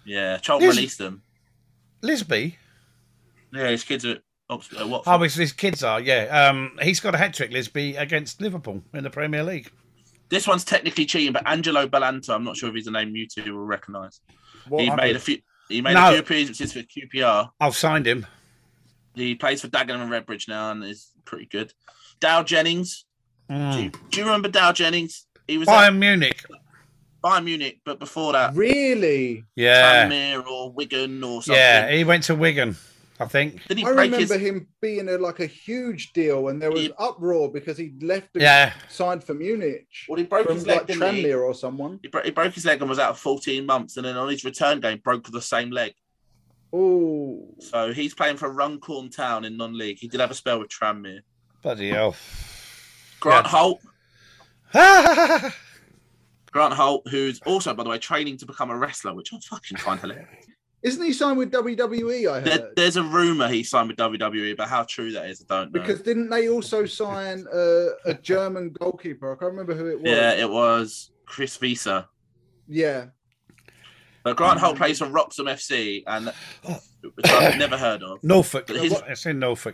[SPEAKER 2] Yeah, Charlton
[SPEAKER 1] Is-
[SPEAKER 2] released them.
[SPEAKER 1] Lisby.
[SPEAKER 2] Yeah, his kids at Oxford. At Watford.
[SPEAKER 1] Oh, his, his kids are. Yeah, um, he's got a hat trick, Lisby, against Liverpool in the Premier League.
[SPEAKER 2] This one's technically cheating, but Angelo Balanta, I'm not sure if he's a name you two will recognise.
[SPEAKER 4] What
[SPEAKER 2] He
[SPEAKER 4] happened?
[SPEAKER 2] made a few. He made
[SPEAKER 1] No.
[SPEAKER 2] a few appearances for QPR.
[SPEAKER 1] I've signed him.
[SPEAKER 2] He plays for Dagenham and Redbridge now, and is pretty good. Dow Jennings. Do, you,
[SPEAKER 1] Mm.
[SPEAKER 2] do you remember Dow Jennings? He was at
[SPEAKER 1] Bayern Munich.
[SPEAKER 2] Bayern Munich, but before that,
[SPEAKER 4] Really?
[SPEAKER 1] Yeah,
[SPEAKER 2] Tranmere or Wigan or something.
[SPEAKER 1] yeah. He went to Wigan, I think.
[SPEAKER 2] Did he
[SPEAKER 4] I
[SPEAKER 2] break
[SPEAKER 4] remember
[SPEAKER 2] his?
[SPEAKER 4] him being a, like a huge deal, and there was
[SPEAKER 2] Yeah.
[SPEAKER 4] uproar because he'd left and
[SPEAKER 1] Yeah,
[SPEAKER 4] signed for Munich
[SPEAKER 2] Well, he broke
[SPEAKER 4] from
[SPEAKER 2] his leg.
[SPEAKER 4] like
[SPEAKER 2] Didn't he?
[SPEAKER 4] Tranmere or someone.
[SPEAKER 2] He, bro- he broke his leg and was out 14 months, and then on his return game, broke the same leg.
[SPEAKER 4] Oh,
[SPEAKER 2] So he's playing for Runcorn Town in non-league. He did have a spell with Tranmere.
[SPEAKER 1] bloody hell.
[SPEAKER 2] Grant
[SPEAKER 1] Yeah.
[SPEAKER 2] Holt,
[SPEAKER 1] Ah,
[SPEAKER 2] Grant Holt, who's also, by the way, training to become a wrestler, which I fucking find hilarious.
[SPEAKER 4] isn't he signed with
[SPEAKER 3] E,
[SPEAKER 4] WWE? I heard.
[SPEAKER 2] There, there's a rumor he signed with WWE, but how true that is, I don't know.
[SPEAKER 4] Because didn't they also sign uh, a German goalkeeper? I can't remember who it was.
[SPEAKER 2] yeah, it was Chris Visa.
[SPEAKER 4] Yeah.
[SPEAKER 2] But Grant
[SPEAKER 4] Mm.
[SPEAKER 2] Holt plays for Wroxham FC, and
[SPEAKER 4] Oh.
[SPEAKER 2] which I've never heard of.
[SPEAKER 1] Norfolk.
[SPEAKER 2] But his-
[SPEAKER 1] It's in Norfolk.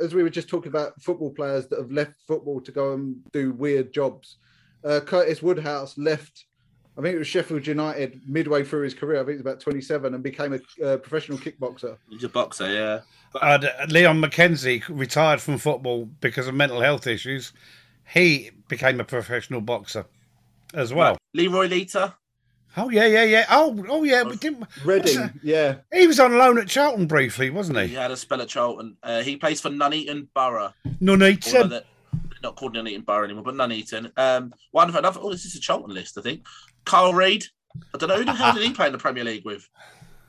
[SPEAKER 3] uh, I think it was Sheffield United midway through his career. I think he was about 27 and became a uh, professional kickboxer.
[SPEAKER 2] He's a boxer, yeah.
[SPEAKER 1] Uh, Leon McKenzie retired from football because of mental health issues. He became a professional boxer as well.
[SPEAKER 2] Leroy Leiter.
[SPEAKER 1] Oh yeah, yeah, yeah. Oh, oh yeah. We didn't.
[SPEAKER 3] Reading, yeah.
[SPEAKER 1] He was on loan at Charlton briefly, wasn't
[SPEAKER 2] He
[SPEAKER 1] he?
[SPEAKER 2] had a spell at Charlton. Uh, he plays for Nuneaton Borough. Although
[SPEAKER 1] Nuneaton.
[SPEAKER 2] they're not called Nuneaton Borough anymore, but Nuneaton. Um, one of another. Oh, this is a Charlton list, I think. Carl Reid. I don't know who the hell did he play in the Premier League with.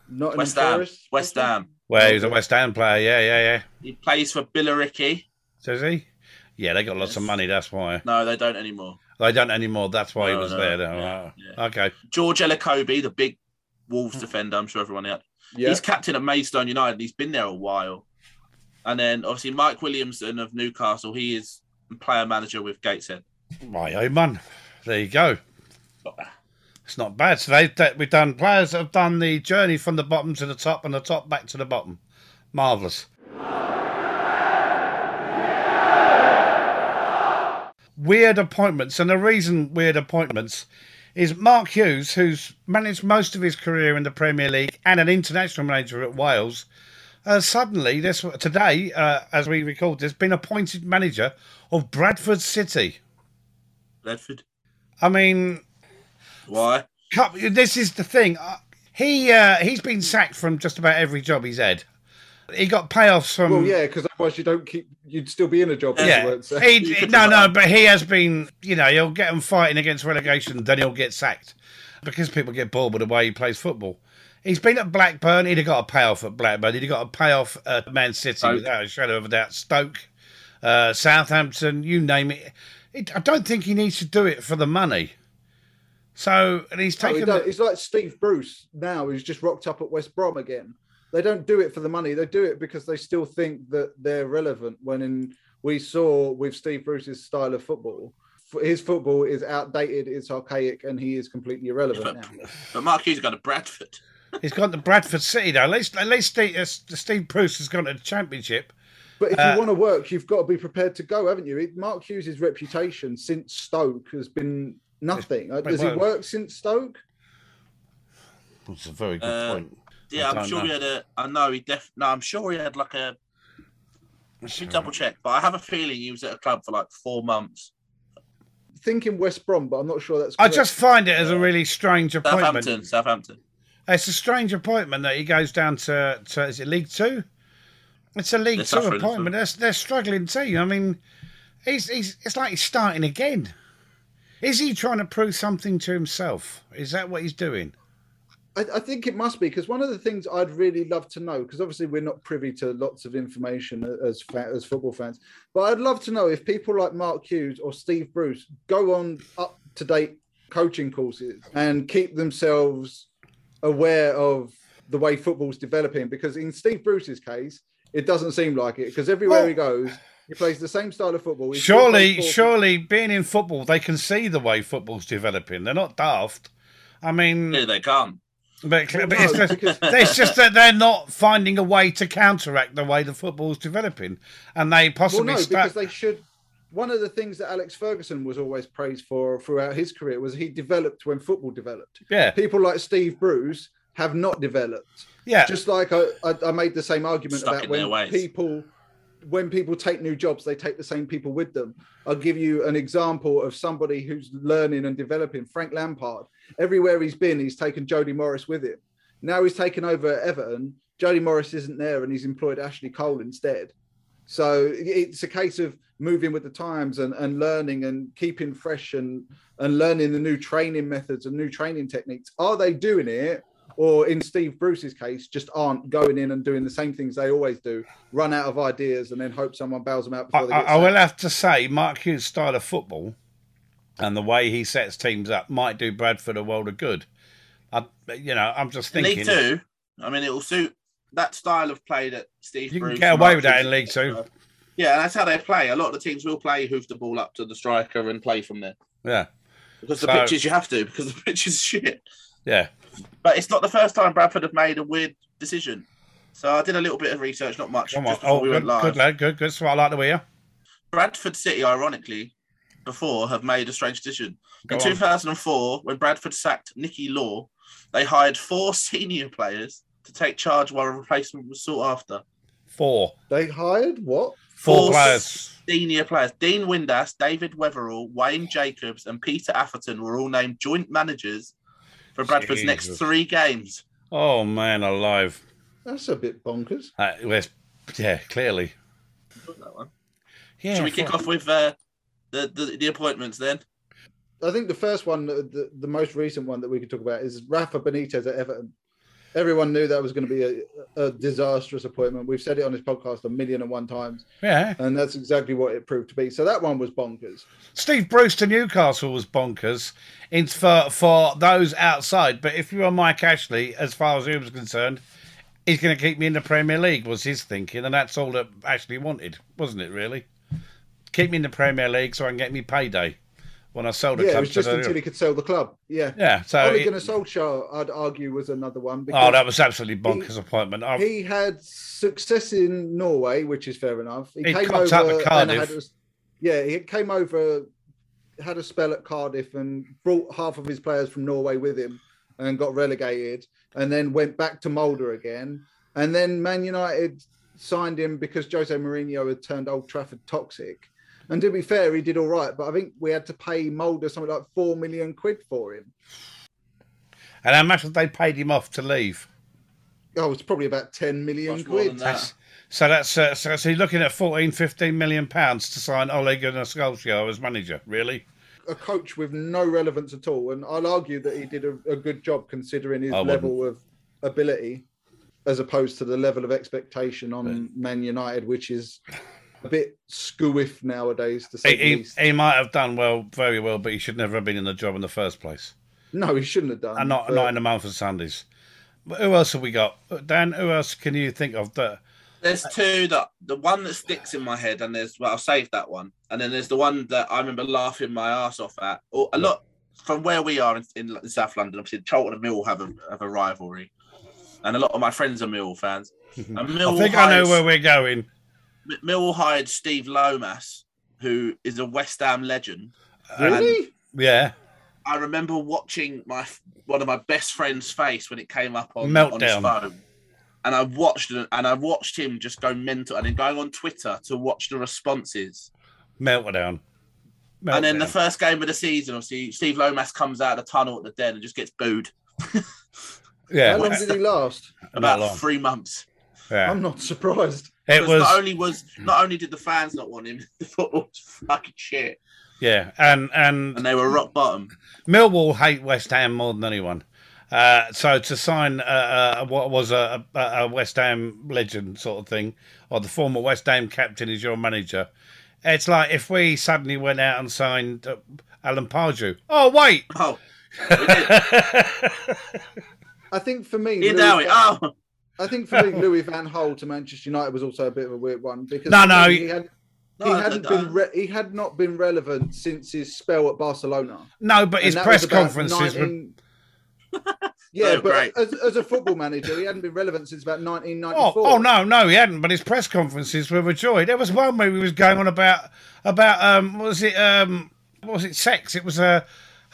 [SPEAKER 3] Not
[SPEAKER 2] West Ham.
[SPEAKER 3] Forest,
[SPEAKER 2] West
[SPEAKER 3] I think.
[SPEAKER 2] Ham.
[SPEAKER 1] Well, he was a West Ham player. Yeah, yeah, yeah.
[SPEAKER 2] He plays for Billericay.
[SPEAKER 1] Does he? Yeah, they got lots of
[SPEAKER 2] Yes.
[SPEAKER 1] money. That's why
[SPEAKER 2] No, they don't anymore.
[SPEAKER 1] they don't anymore. That's why he
[SPEAKER 2] No,
[SPEAKER 1] was
[SPEAKER 2] no,
[SPEAKER 1] there. though.
[SPEAKER 2] yeah,
[SPEAKER 1] Oh, Okay.
[SPEAKER 2] George Elacobi, the big Wolves defender. I'm sure everyone had.
[SPEAKER 3] Yeah.
[SPEAKER 2] He's captain at Maidstone United. and He's been there a while. And then obviously Mike Williamson of Newcastle. He is player manager with Gateshead.
[SPEAKER 1] My own man. There you go. It's not bad. So they, they we've done players that have done the journey from the bottom to the top and the top back to the bottom. Marvelous. Weird appointments, and the reason weird appointments is Mark Hughes, who's managed most of his career in the Premier League and an international manager at Wales, uh, suddenly this today, uh, as we record this, been appointed manager of Bradford City.
[SPEAKER 2] Ledford.
[SPEAKER 1] I mean,
[SPEAKER 2] Why?
[SPEAKER 1] Cup- This is the thing. Uh, He uh, he's been sacked from just about every job he's had. He got payoffs from
[SPEAKER 3] Well, yeah, because otherwise you don't keep. You'd still be in a job. if you
[SPEAKER 1] yeah.
[SPEAKER 3] weren't, so-
[SPEAKER 1] He- he- no, no, but he has been. You know, he'll get him fighting against relegation, then he'll get sacked because people get bored with the way he plays football. He's been at Blackburn. He'd have got a payoff at Blackburn. He'd have got a payoff at Man City
[SPEAKER 2] Stoke.
[SPEAKER 1] without a shadow of a doubt. Stoke, uh, Southampton, you name it. it. I don't think he needs to do it for the money. So, and he's
[SPEAKER 3] No, he
[SPEAKER 1] taken.
[SPEAKER 3] don't.
[SPEAKER 1] the-
[SPEAKER 3] It's like Steve Bruce now, who's just rocked up at West Brom again. They don't do it for the money. They do it because they still think that they're relevant. When in, we saw with Steve Bruce's style of football, f- his football is outdated, it's archaic, and he is completely irrelevant
[SPEAKER 2] Yeah,
[SPEAKER 3] now.
[SPEAKER 2] But Mark Hughes has gone to Bradford.
[SPEAKER 1] He's gone to Bradford City though. At least, at least Steve, uh, Steve Bruce has gone to the Championship.
[SPEAKER 3] But if
[SPEAKER 1] Uh,
[SPEAKER 3] you want to work, you've got to be prepared to go, haven't you? It- Mark Hughes' reputation since Stoke has been nothing. Uh,
[SPEAKER 1] but
[SPEAKER 3] Does he
[SPEAKER 1] well-
[SPEAKER 3] work since Stoke?
[SPEAKER 1] That's a very good
[SPEAKER 2] Uh,
[SPEAKER 1] point. I
[SPEAKER 2] Yeah, I'm
[SPEAKER 1] don't
[SPEAKER 2] sure
[SPEAKER 1] know.
[SPEAKER 2] he had a. I know he def. No, I'm sure he had like a. I should double check, but I have a feeling he was at a club for like four months.
[SPEAKER 3] Thinking West Brom, but I'm not sure that's.
[SPEAKER 1] I
[SPEAKER 3] correct.
[SPEAKER 1] just find it as a really strange
[SPEAKER 2] Southampton,
[SPEAKER 1] appointment.
[SPEAKER 2] Southampton.
[SPEAKER 1] It's a strange appointment that he goes down to, to is it League Two? It's a League Two
[SPEAKER 2] They're suffering, so-
[SPEAKER 1] appointment. They're, they're struggling too. I mean, he's, he's it's like he's starting again. Is he trying to prove something to himself? Is that what he's doing?
[SPEAKER 3] I, I think it must be because one of the things I'd really love to know, because obviously we're not privy to lots of information a- as fa- as football fans, but I'd love to know if people like Mark Hughes or Steve Bruce go on up to date coaching courses and keep themselves aware of the way football's developing. Because in Steve Bruce's case, it doesn't seem like it because everywhere he goes, he plays the same style of football. He still
[SPEAKER 1] Surely,
[SPEAKER 3] plays four-
[SPEAKER 1] surely, being in football, they can see the way football's developing. They're not daft. I mean,
[SPEAKER 2] Yeah, they can't.
[SPEAKER 1] But,
[SPEAKER 3] Well,
[SPEAKER 1] but it's,
[SPEAKER 3] no,
[SPEAKER 1] just,
[SPEAKER 3] because-
[SPEAKER 1] it's just that they're not finding a way to counteract the way the football's developing, and they
[SPEAKER 3] Well,
[SPEAKER 1] possibly
[SPEAKER 3] no,
[SPEAKER 1] start.
[SPEAKER 3] because they should. One of the things that Alex Ferguson was always praised for throughout his career was he developed when football developed.
[SPEAKER 1] yeah,
[SPEAKER 3] People like Steve Bruce have not developed.
[SPEAKER 1] yeah,
[SPEAKER 3] Just like I, I, I made the same argument
[SPEAKER 2] Stuck
[SPEAKER 3] about
[SPEAKER 2] in their
[SPEAKER 3] when
[SPEAKER 2] ways.
[SPEAKER 3] people when people take new jobs, they take the same people with them. I'll give you an example of somebody who's learning and developing. Frank Lampard. Everywhere he's been, he's taken Jody Morris with him. Now he's taken over at Everton. Jody Morris isn't there, and he's employed Ashley Cole instead. So it's a case of moving with the times and, and learning and keeping fresh and and learning the new training methods and new training techniques. Are they doing it? Or in Steve Bruce's case, just aren't going in and doing the same things they always do, run out of ideas and then hope someone bails them out
[SPEAKER 1] I,
[SPEAKER 3] before they
[SPEAKER 1] I,
[SPEAKER 3] get
[SPEAKER 1] I will
[SPEAKER 3] sacked.
[SPEAKER 1] have to say, Mark Hughes' style of football and the way he sets teams up might do Bradford a world of good. I, you know, I'm just
[SPEAKER 2] In
[SPEAKER 1] thinking
[SPEAKER 2] League Two. I mean, it will suit that style of play that Steve.
[SPEAKER 1] you can
[SPEAKER 2] Bruce
[SPEAKER 1] get
[SPEAKER 2] and
[SPEAKER 1] away
[SPEAKER 2] Mark
[SPEAKER 1] with that
[SPEAKER 2] Hughes-
[SPEAKER 1] in League Two.
[SPEAKER 2] Yeah, and that's how they play. A lot of the teams will play hoof the ball up to the striker and play from there
[SPEAKER 1] Yeah,
[SPEAKER 2] because the
[SPEAKER 1] So-
[SPEAKER 2] pitches you have to because the pitch is shit.
[SPEAKER 1] yeah.
[SPEAKER 2] But it's not the first time Bradford have made a weird decision. So I did a little bit of research, not much,
[SPEAKER 1] Come on,
[SPEAKER 2] just before
[SPEAKER 1] oh,
[SPEAKER 2] we
[SPEAKER 1] good,
[SPEAKER 2] went live.
[SPEAKER 1] good lad, good, good. So I like the way you.
[SPEAKER 2] Bradford City, ironically, before have made a strange decision.
[SPEAKER 1] Go
[SPEAKER 2] in
[SPEAKER 1] on.
[SPEAKER 2] 2004, when Bradford sacked Nicky Law, they hired four senior players to take charge while a replacement was sought after.
[SPEAKER 1] Four.
[SPEAKER 3] They hired what?
[SPEAKER 1] Four
[SPEAKER 2] Four
[SPEAKER 1] players.
[SPEAKER 2] Senior players Dean Windass, David Weatherall, Wayne Jacobs, and Peter Atherton were all named joint managers for Bradford's next
[SPEAKER 1] Jesus.
[SPEAKER 2] three games.
[SPEAKER 1] Oh man, alive.
[SPEAKER 3] That's a bit bonkers.
[SPEAKER 1] Uh, yes, yeah, clearly.
[SPEAKER 2] That one.
[SPEAKER 1] Yeah,
[SPEAKER 2] Should we
[SPEAKER 1] fuck.
[SPEAKER 2] kick off with uh, the, the the appointments then?
[SPEAKER 3] I think the first one, the, the, the most recent one that we could talk about is Rafa Benitez at Everton. Everyone knew that was going to be a, a disastrous appointment. We've said it on this podcast a million and one times,
[SPEAKER 1] Yeah.
[SPEAKER 3] and that's exactly what it proved to be. So that one was bonkers.
[SPEAKER 1] Steve Bruce to Newcastle was bonkers in, for, for those outside. But if you were Mike Ashley, as far as he was concerned, he's going to keep me in the Premier League, was his thinking. And that's all that Ashley wanted, wasn't it, really? Keep me in the Premier League so I can get me payday when I sold the
[SPEAKER 3] Yeah, it
[SPEAKER 1] club
[SPEAKER 3] was
[SPEAKER 1] to
[SPEAKER 3] just
[SPEAKER 1] the-
[SPEAKER 3] until he could sell the club. Yeah.
[SPEAKER 1] Yeah, so.
[SPEAKER 3] Ole
[SPEAKER 1] Uh, it-
[SPEAKER 3] Gunnar Solskjaer, I'd argue, was another one
[SPEAKER 1] oh,
[SPEAKER 3] because
[SPEAKER 1] that was absolutely bonkers appointment. I-
[SPEAKER 3] he had success in Norway, which is fair enough.
[SPEAKER 1] He cocked up at
[SPEAKER 3] and
[SPEAKER 1] Cardiff.
[SPEAKER 3] had a- yeah, he came over, had a spell at Cardiff, and brought half of his players from Norway with him, and got relegated, and then went back to Mulder again, and then Man United signed him because Jose Mourinho had turned Old Trafford toxic. And to be fair, he did all right, but I think we had to pay Mulder something like four million quid for him.
[SPEAKER 1] and how much have they paid him off to leave?
[SPEAKER 3] Oh, it's probably about ten million
[SPEAKER 2] Much more than
[SPEAKER 3] quid.
[SPEAKER 2] that.
[SPEAKER 1] So that's uh, so, so you're looking at 14, 15 million pounds to sign Ole Gunnar Solskjaer as manager, really?
[SPEAKER 3] a coach with no relevance at all. And I'll argue that he did a, a good job considering his
[SPEAKER 1] I wouldn't.
[SPEAKER 3] level of ability as opposed to the level of expectation on Man United, which is a bit squiff nowadays, to say
[SPEAKER 1] He,
[SPEAKER 3] the
[SPEAKER 1] he,
[SPEAKER 3] least.
[SPEAKER 1] he might have done well, very well, but he should never have been in the job in the first place.
[SPEAKER 3] no, he shouldn't have done.
[SPEAKER 1] And not
[SPEAKER 3] but
[SPEAKER 1] not in the month of Sundays. But who else have we got? Dan, who else can you think of that?
[SPEAKER 2] There's two that the one that sticks in my head, and there's well, I'll save that one, and then there's the one that I remember laughing my ass off at. Or a lot from where we are in, in, Lo- South London, obviously Charlton and Mill have a have a rivalry, and a lot of my friends are Mill fans. And Mill
[SPEAKER 1] I think I know where we're going.
[SPEAKER 2] Mill hired Steve Lomas, who is a West Ham legend.
[SPEAKER 3] really.
[SPEAKER 1] Yeah.
[SPEAKER 2] I remember watching my one of my best friend's face when it came up on, on his
[SPEAKER 1] Meltdown.
[SPEAKER 2] phone, and I watched it- and I watched him just go mental, and then going on Twitter to watch the responses.
[SPEAKER 1] Meltdown. Meltdown.
[SPEAKER 2] And then the first game of the season, obviously Steve Lomas comes out of the tunnel at the den and just gets booed
[SPEAKER 3] How
[SPEAKER 1] yeah,
[SPEAKER 3] long did he last?
[SPEAKER 1] Not
[SPEAKER 2] about
[SPEAKER 1] long.
[SPEAKER 2] three months.
[SPEAKER 1] yeah.
[SPEAKER 3] I'm not surprised.
[SPEAKER 1] It
[SPEAKER 2] Because not
[SPEAKER 1] was
[SPEAKER 2] only was not only did the fans not want him, the football was fucking shit,
[SPEAKER 1] yeah, and and
[SPEAKER 2] and they were rock bottom.
[SPEAKER 1] Millwall hate West Ham more than anyone. Uh, so to sign uh, uh, what was a, a, a West Ham legend sort of thing, or the former West Ham captain is your manager, it's like if we suddenly went out and signed uh, Alan Pardew. Oh wait,
[SPEAKER 2] Oh, we did.
[SPEAKER 3] I think for me,
[SPEAKER 2] Ian Dowie.
[SPEAKER 3] Louis-
[SPEAKER 2] Oh,
[SPEAKER 3] I think for me, Louis Van Hole to Manchester United was also a bit of a weird one because
[SPEAKER 1] No, no,
[SPEAKER 3] he, had, he
[SPEAKER 2] No,
[SPEAKER 3] hadn't
[SPEAKER 2] I-
[SPEAKER 3] been re- he had not been relevant since his spell at Barcelona.
[SPEAKER 1] no, but his
[SPEAKER 3] And that
[SPEAKER 1] press
[SPEAKER 3] was about
[SPEAKER 1] conferences were
[SPEAKER 3] 19 yeah,
[SPEAKER 2] Oh,
[SPEAKER 3] but
[SPEAKER 2] great.
[SPEAKER 3] as, as a football manager, he hadn't been relevant since about 1994.
[SPEAKER 1] Oh, oh no, no, he hadn't. But his press conferences were a joy. There was one where he was going on about about um, what was it um, what was it sex? It was Uh,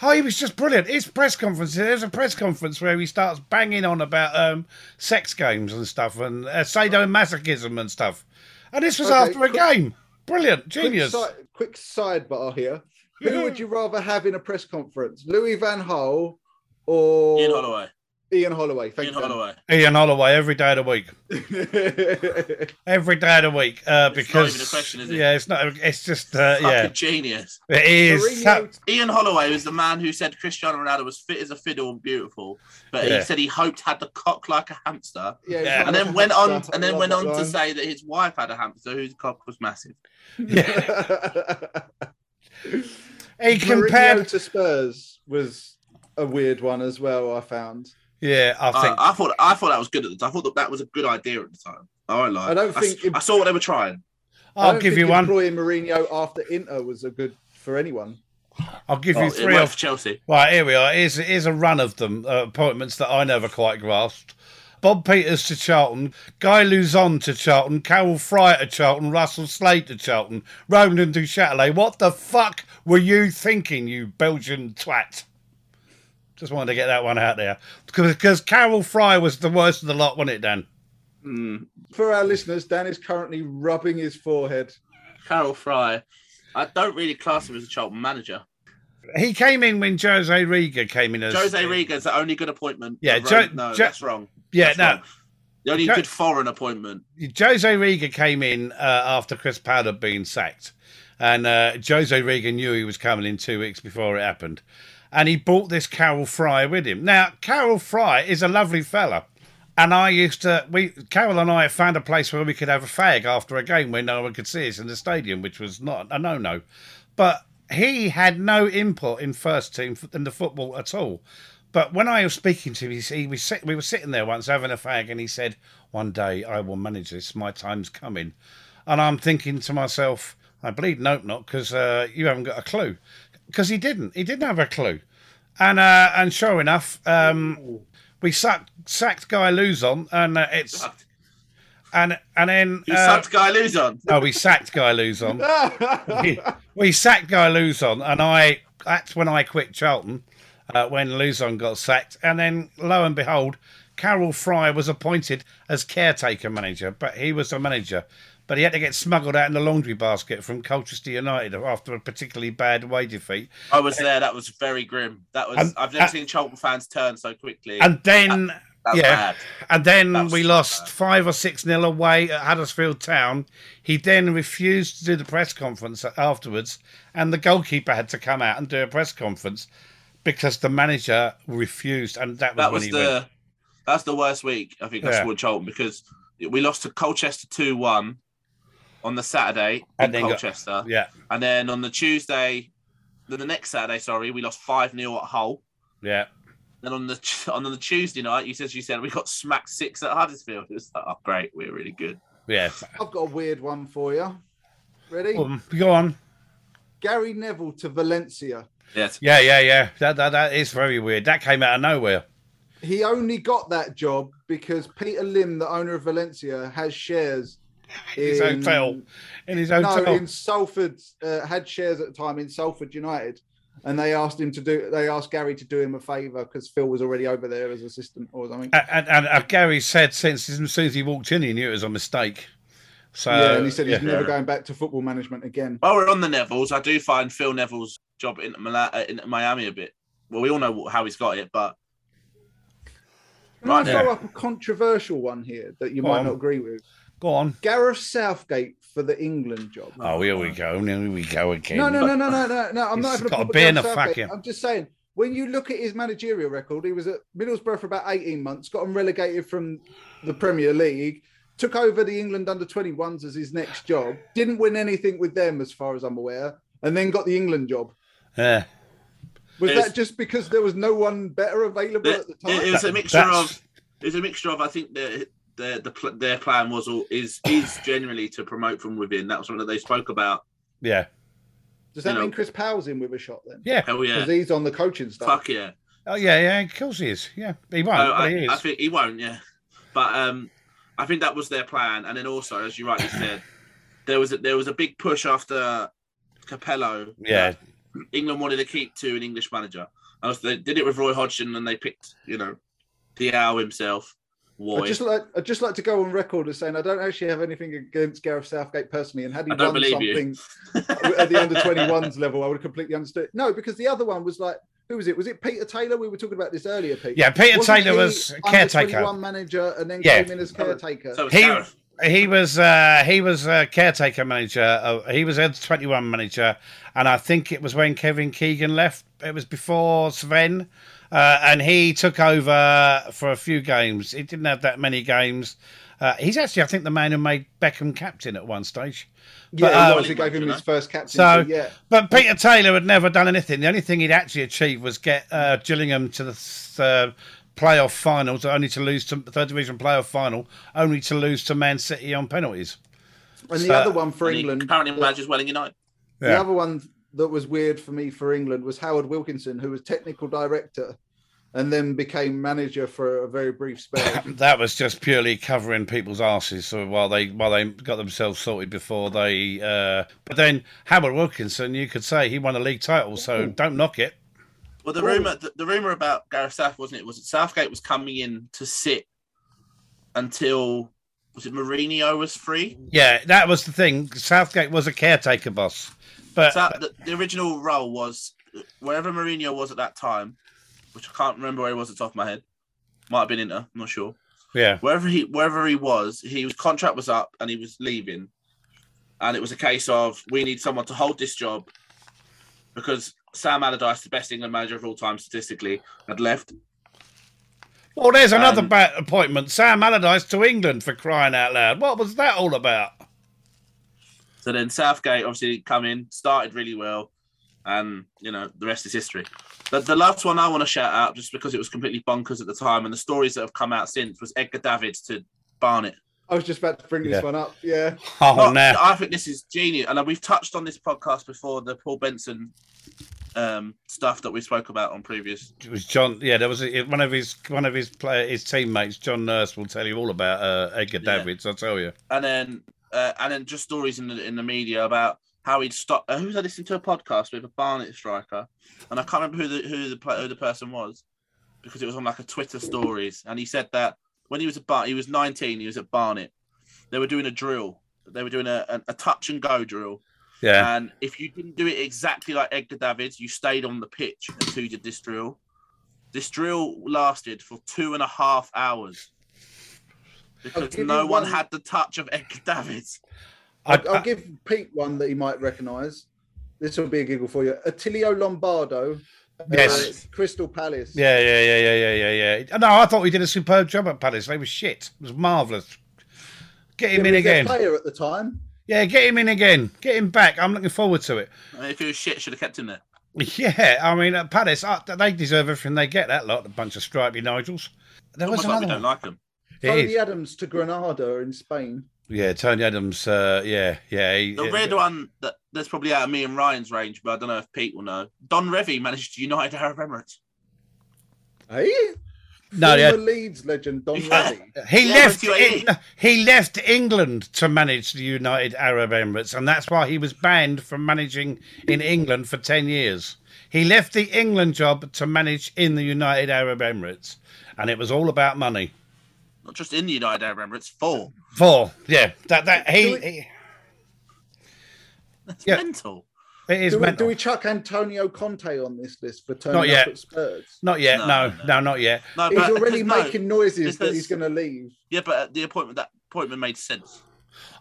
[SPEAKER 1] Oh, he was just brilliant. His press conference. There's a press conference where he starts banging on about um, sex games and stuff, and uh, sadomasochism and stuff. And this was
[SPEAKER 3] Okay,
[SPEAKER 1] after a
[SPEAKER 3] quick-
[SPEAKER 1] game. Brilliant,
[SPEAKER 3] Quick,
[SPEAKER 1] genius.
[SPEAKER 3] si- quick sidebar here. Who would you rather have in a press conference, Louis Van Hole or
[SPEAKER 2] Ian Holloway.
[SPEAKER 3] Ian Holloway? Thank
[SPEAKER 2] Ian Holloway.
[SPEAKER 1] Ian Holloway every day of the week.
[SPEAKER 3] you.
[SPEAKER 1] Every day of the week. Uh,
[SPEAKER 2] It's not
[SPEAKER 1] because
[SPEAKER 2] even a question, is it?
[SPEAKER 1] yeah, it's not. It's just uh,
[SPEAKER 2] Fucking
[SPEAKER 1] yeah.
[SPEAKER 2] genius.
[SPEAKER 1] It is.
[SPEAKER 3] Mourinho
[SPEAKER 2] Ian Holloway was the man who said Cristiano Ronaldo was fit as a fiddle and beautiful, but
[SPEAKER 1] Yeah.
[SPEAKER 2] he said he hoped had the cock like a hamster,
[SPEAKER 3] Yeah, it's
[SPEAKER 1] Yeah.
[SPEAKER 3] not
[SPEAKER 2] and
[SPEAKER 3] like
[SPEAKER 2] then
[SPEAKER 3] a
[SPEAKER 2] went on
[SPEAKER 3] hamster.
[SPEAKER 2] and
[SPEAKER 3] I
[SPEAKER 2] then
[SPEAKER 3] love
[SPEAKER 2] went
[SPEAKER 3] that
[SPEAKER 2] on to
[SPEAKER 3] line.
[SPEAKER 2] say that his wife had a hamster whose cock was massive.
[SPEAKER 1] yeah. He
[SPEAKER 3] Mourinho
[SPEAKER 1] compared.
[SPEAKER 3] to Spurs was a weird one as well. I found.
[SPEAKER 1] Yeah, I
[SPEAKER 2] I,
[SPEAKER 1] think.
[SPEAKER 2] Uh, I thought I thought that was good at the time. I thought that, that was a good idea at the time. I won't lie.
[SPEAKER 3] I don't
[SPEAKER 2] s-
[SPEAKER 3] think it-
[SPEAKER 2] I saw what they were trying.
[SPEAKER 3] I
[SPEAKER 1] I'll
[SPEAKER 3] don't
[SPEAKER 1] give
[SPEAKER 3] think
[SPEAKER 1] you one.
[SPEAKER 3] Employing Mourinho after Inter was a good for anyone.
[SPEAKER 1] I'll give
[SPEAKER 2] Oh,
[SPEAKER 1] you
[SPEAKER 2] it
[SPEAKER 1] three
[SPEAKER 2] worked
[SPEAKER 1] of.
[SPEAKER 2] for Chelsea.
[SPEAKER 1] Right, here we are. Here's, here's a run of them uh, appointments that I never quite grasped. Bob Peters to Charlton, Guy Luzon to Charlton, Carol Fry to Charlton, Russell Slade to Charlton, Roland du Châtelet. What the fuck were you thinking, you Belgian twat? Just wanted to get that one out there because Carol Fry was the worst of the lot, wasn't it, Dan?
[SPEAKER 2] Mm,
[SPEAKER 3] For our listeners, Dan is currently rubbing his forehead.
[SPEAKER 2] Carol Fry. I don't really class him as a Charlton manager.
[SPEAKER 1] He came in when Jose Riga came in as
[SPEAKER 2] Jose Riga's the only good appointment.
[SPEAKER 1] Yeah,
[SPEAKER 2] I've
[SPEAKER 1] Jo-
[SPEAKER 2] wrote- no,
[SPEAKER 1] Jo-
[SPEAKER 2] that's wrong.
[SPEAKER 1] Yeah,
[SPEAKER 2] That's
[SPEAKER 1] no.
[SPEAKER 2] wrong. The only
[SPEAKER 1] Jo-
[SPEAKER 2] good foreign appointment.
[SPEAKER 1] Jose Riga came in uh, after Chris Powell had been sacked, and uh, Jose Riga knew he was coming in two weeks before it happened, and he brought this Carol Fry with him. Now Carol Fry is a lovely fella, and I used to we Carol and I found a place where we could have a fag after a game where no one could see us in the stadium, which was not a no no, but he had no input in first team f- in the football at all. But when I was speaking to him, he, s- he was sit, we were sitting there once having a fag, and he said, "One day I will manage this. My time's coming." And I'm thinking to myself, "I bleed nope not, because uh, you haven't got a clue." Because he didn't. He didn't have a clue. And uh, and sure enough, um, we sacked sacked Guy Luzon, and uh, it's and and then
[SPEAKER 2] You
[SPEAKER 1] uh,
[SPEAKER 2] sucked Guy Luzon.
[SPEAKER 1] Oh, we sacked Guy Luzon. we, we sacked Guy Luzon, and I that's when I quit Charlton uh, when Luzon got sacked, and then lo and behold, Carol Fry was appointed as caretaker manager, but he was the manager. But he had to get smuggled out in the laundry basket from Colchester United after a particularly bad away defeat.
[SPEAKER 2] I was there. That was very grim. That was.
[SPEAKER 1] And-
[SPEAKER 2] I've never
[SPEAKER 1] and-
[SPEAKER 2] seen Charlton fans turn so quickly.
[SPEAKER 1] And then,
[SPEAKER 2] That's
[SPEAKER 1] yeah,
[SPEAKER 2] bad.
[SPEAKER 1] And then
[SPEAKER 2] That's
[SPEAKER 1] we
[SPEAKER 2] so
[SPEAKER 1] lost
[SPEAKER 2] bad.
[SPEAKER 1] five or six nil away at Huddersfield Town. He then refused to do the press conference afterwards, and the goalkeeper had to come out and do a press conference because the manager refused, and that was
[SPEAKER 2] That
[SPEAKER 1] when
[SPEAKER 2] was
[SPEAKER 1] he went.
[SPEAKER 2] the. That's the worst week I think I
[SPEAKER 1] Yeah.
[SPEAKER 2] scored Charlton because we lost to Colchester two one on the Saturday
[SPEAKER 1] And
[SPEAKER 2] in
[SPEAKER 1] then got-
[SPEAKER 2] Colchester,
[SPEAKER 1] Yeah,
[SPEAKER 2] and then on the Tuesday, the the next Saturday, sorry, we lost five 0 at Hull.
[SPEAKER 1] yeah.
[SPEAKER 2] Then on the on the Tuesday night, you said you said we got smacked six at Huddersfield. It was like, oh great, we're really good.
[SPEAKER 1] Yeah,
[SPEAKER 3] I've got a weird one for you. Ready?
[SPEAKER 1] um, go on.
[SPEAKER 3] Gary Neville to Valencia.
[SPEAKER 2] Yes,
[SPEAKER 1] Yeah, yeah, yeah. That, that that is very weird. That came out of nowhere.
[SPEAKER 3] He only got that job because Peter Lim, the owner of Valencia, has shares in
[SPEAKER 1] His hotel, in his hotel.
[SPEAKER 3] No, in Salford uh, had shares at the time in Salford United, and they asked him to do. They asked Gary to do him a favour because Phil was already over there as assistant or something.
[SPEAKER 1] and and, and uh, Gary said since as soon as he walked in, he knew it was a mistake. So
[SPEAKER 3] yeah, and he said
[SPEAKER 1] uh, yeah.
[SPEAKER 3] he's never
[SPEAKER 2] yeah.
[SPEAKER 3] going back to football management again.
[SPEAKER 2] While we're on the Nevilles, I do find Phil Neville's job in, Mala- uh, in Miami a bit. Well, we all know how he's got it, but
[SPEAKER 3] Can I
[SPEAKER 2] Right,
[SPEAKER 3] throw up a controversial one here that you
[SPEAKER 1] Go
[SPEAKER 3] might
[SPEAKER 1] on.
[SPEAKER 3] not agree with?
[SPEAKER 1] go on.
[SPEAKER 3] Gareth Southgate for the England job.
[SPEAKER 1] Oh, here we go. Here we go again.
[SPEAKER 3] No, no, no, no, no, no, no. I'm
[SPEAKER 1] He's
[SPEAKER 3] not
[SPEAKER 1] got
[SPEAKER 3] having
[SPEAKER 1] a
[SPEAKER 3] pop at
[SPEAKER 1] beer and
[SPEAKER 3] Gareth
[SPEAKER 1] a
[SPEAKER 3] Southgate.
[SPEAKER 1] fucking-
[SPEAKER 3] I'm just saying, when you look at his managerial record, he was at Middlesbrough for about 18 months, got him relegated from the Premier League, took over the England under 21s as his next job, didn't win anything with them, as far as I'm aware, and then got the England job.
[SPEAKER 1] Yeah.
[SPEAKER 3] Was
[SPEAKER 2] It's-
[SPEAKER 3] that just because there was no one better available
[SPEAKER 2] it,
[SPEAKER 3] at the
[SPEAKER 2] it-
[SPEAKER 3] time?
[SPEAKER 2] it was a
[SPEAKER 1] That-
[SPEAKER 2] mixture
[SPEAKER 1] that's-
[SPEAKER 2] of. It was a mixture of. I think the the, the pl- their plan was all is is generally to promote from within. That was something that they spoke about.
[SPEAKER 1] Yeah.
[SPEAKER 3] Does that
[SPEAKER 2] you know-
[SPEAKER 3] mean Chris Powell's in with a shot then?
[SPEAKER 1] Yeah.
[SPEAKER 2] Hell yeah,
[SPEAKER 3] Because he's on the coaching staff.
[SPEAKER 2] fuck yeah.
[SPEAKER 1] Oh, yeah, yeah. Of course he is. Yeah. He won't,
[SPEAKER 2] Oh,
[SPEAKER 1] but he
[SPEAKER 2] I,
[SPEAKER 1] is.
[SPEAKER 2] I think he won't. Yeah, but um, I think that was their plan. And then also, as you rightly said, there was a, there was a big push after Capello.
[SPEAKER 1] Yeah.
[SPEAKER 2] that England wanted to keep to an English manager. And also they did it with Roy Hodgson, and they picked you know Diao himself.
[SPEAKER 3] I
[SPEAKER 2] Roy.
[SPEAKER 3] just like I'd just like to go on record as saying I don't actually have anything against Gareth Southgate personally, and had he
[SPEAKER 2] I don't
[SPEAKER 3] done
[SPEAKER 2] believe you.
[SPEAKER 3] something at the under twenty ones level, I would have completely understood. No, because the other one was like, who was it? Was it Peter Taylor? We were talking about this earlier, Pete.
[SPEAKER 1] yeah. Peter
[SPEAKER 3] Wasn't
[SPEAKER 1] Taylor
[SPEAKER 3] he
[SPEAKER 1] was
[SPEAKER 3] under
[SPEAKER 1] caretaker.
[SPEAKER 3] 21 manager, and then
[SPEAKER 1] Yeah.
[SPEAKER 3] came in as caretaker.
[SPEAKER 2] so it's
[SPEAKER 1] He-
[SPEAKER 2] Gareth.
[SPEAKER 1] He was uh, he was uh, caretaker manager. Uh, he was head 21 manager. And I think it was when Kevin Keegan left. It was before Sven. Uh, and he took over for a few games. He didn't have that many games. Uh, he's actually, I think, the man who made Beckham captain at one stage.
[SPEAKER 3] yeah,
[SPEAKER 1] But,
[SPEAKER 3] he
[SPEAKER 1] um,
[SPEAKER 3] was. He gave him his first captaincy.
[SPEAKER 1] So-
[SPEAKER 3] yeah,
[SPEAKER 1] But Peter Taylor had never done anything. The only thing he'd actually achieved was get uh, Gillingham to the uh, playoff finals, only to lose to third division playoff final, only to lose to Man City on penalties.
[SPEAKER 3] and the
[SPEAKER 1] so-
[SPEAKER 3] other one for
[SPEAKER 2] and he
[SPEAKER 3] England.
[SPEAKER 2] currently
[SPEAKER 3] that-
[SPEAKER 2] manages Welling United.
[SPEAKER 1] Yeah.
[SPEAKER 3] The other one that was weird for me for England was Howard Wilkinson, who was technical director, and then became manager for a very brief spell.
[SPEAKER 1] That was just purely covering people's asses. So while they while they got themselves sorted before they, uh, but then Howard Wilkinson, you could say he won a league title. So don't knock it.
[SPEAKER 2] Well, the rumor the, the rumor about Gareth South wasn't it was that Southgate was coming in to sit until was it Mourinho was free.
[SPEAKER 1] Yeah, that was the thing. Southgate was a caretaker boss, but
[SPEAKER 2] So uh, the, the original role was wherever Mourinho was at that time, which I can't remember where he was at the top of my head. Might have been Inter, I'm not sure.
[SPEAKER 1] yeah,
[SPEAKER 2] Wherever he wherever he was, he was contract was up and he was leaving. And it was a case of we need someone to hold this job because Sam Allardyce, the best England manager of all time statistically, had left.
[SPEAKER 1] Well, there's another
[SPEAKER 2] Um,
[SPEAKER 1] bad appointment. Sam Allardyce to England for crying out loud. What was that all about?
[SPEAKER 2] So then Southgate obviously come in, started really well, and you know the rest is history. But the last one I want to shout out, just because it was completely bonkers at the time, and the stories that have come out since, was Edgar Davids to Barnett.
[SPEAKER 3] I was just about to bring this
[SPEAKER 1] Yeah.
[SPEAKER 3] one up. Yeah,
[SPEAKER 1] Oh,
[SPEAKER 2] Not-
[SPEAKER 1] no.
[SPEAKER 2] I think this is genius, and uh, we've touched on this podcast before the Paul Benson um, stuff that we spoke about on previous.
[SPEAKER 1] It was John. Yeah, there was a, one of his one of his play, his teammates, John Nurse, will tell you all about uh, Edgar
[SPEAKER 2] Yeah.
[SPEAKER 1] Davids. I tell you.
[SPEAKER 2] and then uh, and then just stories in the in the media about how he'd stop. Uh, who was I listening to a podcast with a Barnet striker, and I can't remember who the who the pla- who the person was because it was on like a Twitter stories, and he said that when he was at Barnet, he was 19, he was at Barnet. They were doing a drill. They were doing a, a, a touch and go drill,
[SPEAKER 1] Yeah,
[SPEAKER 2] and if you didn't do it exactly like Edgar Davids, you stayed on the pitch until you did this drill. This drill lasted for two and a half hours because
[SPEAKER 3] give you
[SPEAKER 2] no one
[SPEAKER 3] one-
[SPEAKER 2] had the touch of Edgar Davids.
[SPEAKER 1] I,
[SPEAKER 3] I'll, I'll give Pete one that he might recognise. This will be a giggle for you. Attilio Lombardo. uh,
[SPEAKER 1] Yes.
[SPEAKER 3] Crystal Palace.
[SPEAKER 1] yeah, yeah, yeah, yeah, yeah, yeah, yeah. No, I thought we did a superb job at Palace. They were shit. It was marvelous. Get
[SPEAKER 3] He
[SPEAKER 1] him in
[SPEAKER 3] was their
[SPEAKER 1] again.
[SPEAKER 3] Player at the time.
[SPEAKER 1] Yeah, get him in again. Get him back. I'm looking forward to it.
[SPEAKER 2] I mean, if he was shit, should have kept him there.
[SPEAKER 1] Yeah, I mean, at Palace, uh, they deserve everything they get. That lot, a bunch of stripy Nigels. There was
[SPEAKER 2] Almost like Oh we
[SPEAKER 1] another one.
[SPEAKER 2] don't like him.
[SPEAKER 1] It is.
[SPEAKER 3] Tony Adams to Granada in Spain.
[SPEAKER 1] Yeah, Tony Adams. Uh, yeah, yeah. He,
[SPEAKER 2] The
[SPEAKER 1] yeah,
[SPEAKER 2] weird one that that's probably out of me and Ryan's range, but I don't know if Pete will know. Don Revy managed United Arab Emirates.
[SPEAKER 3] Hey,
[SPEAKER 1] No, yeah.
[SPEAKER 3] Eh? Former Leeds legend Don
[SPEAKER 2] Yeah.
[SPEAKER 3] Revie.
[SPEAKER 1] He
[SPEAKER 2] Yeah,
[SPEAKER 1] left.
[SPEAKER 2] but you ain't-
[SPEAKER 1] Eng- he left England to manage the United Arab Emirates, and that's why he was banned from managing in England for ten years. He left the England job to manage in the United Arab Emirates, and it was all about money.
[SPEAKER 2] Not just in the United Arab Emirates, four.
[SPEAKER 1] Four, yeah. That that he.
[SPEAKER 3] Do we-
[SPEAKER 1] he-
[SPEAKER 2] That's
[SPEAKER 1] Yeah.
[SPEAKER 2] mental.
[SPEAKER 1] it is
[SPEAKER 3] Do we,
[SPEAKER 1] mental.
[SPEAKER 3] do we chuck Antonio Conte on this list for turning
[SPEAKER 1] Not yet.
[SPEAKER 3] up at Spurs?
[SPEAKER 1] Not yet.
[SPEAKER 2] No,
[SPEAKER 1] No, no,
[SPEAKER 2] no.
[SPEAKER 1] not yet.
[SPEAKER 2] No,
[SPEAKER 3] He's
[SPEAKER 2] but
[SPEAKER 3] already
[SPEAKER 2] no,
[SPEAKER 3] making noises that
[SPEAKER 2] because-
[SPEAKER 3] he's going to leave.
[SPEAKER 2] Yeah, but the appointment that appointment made sense.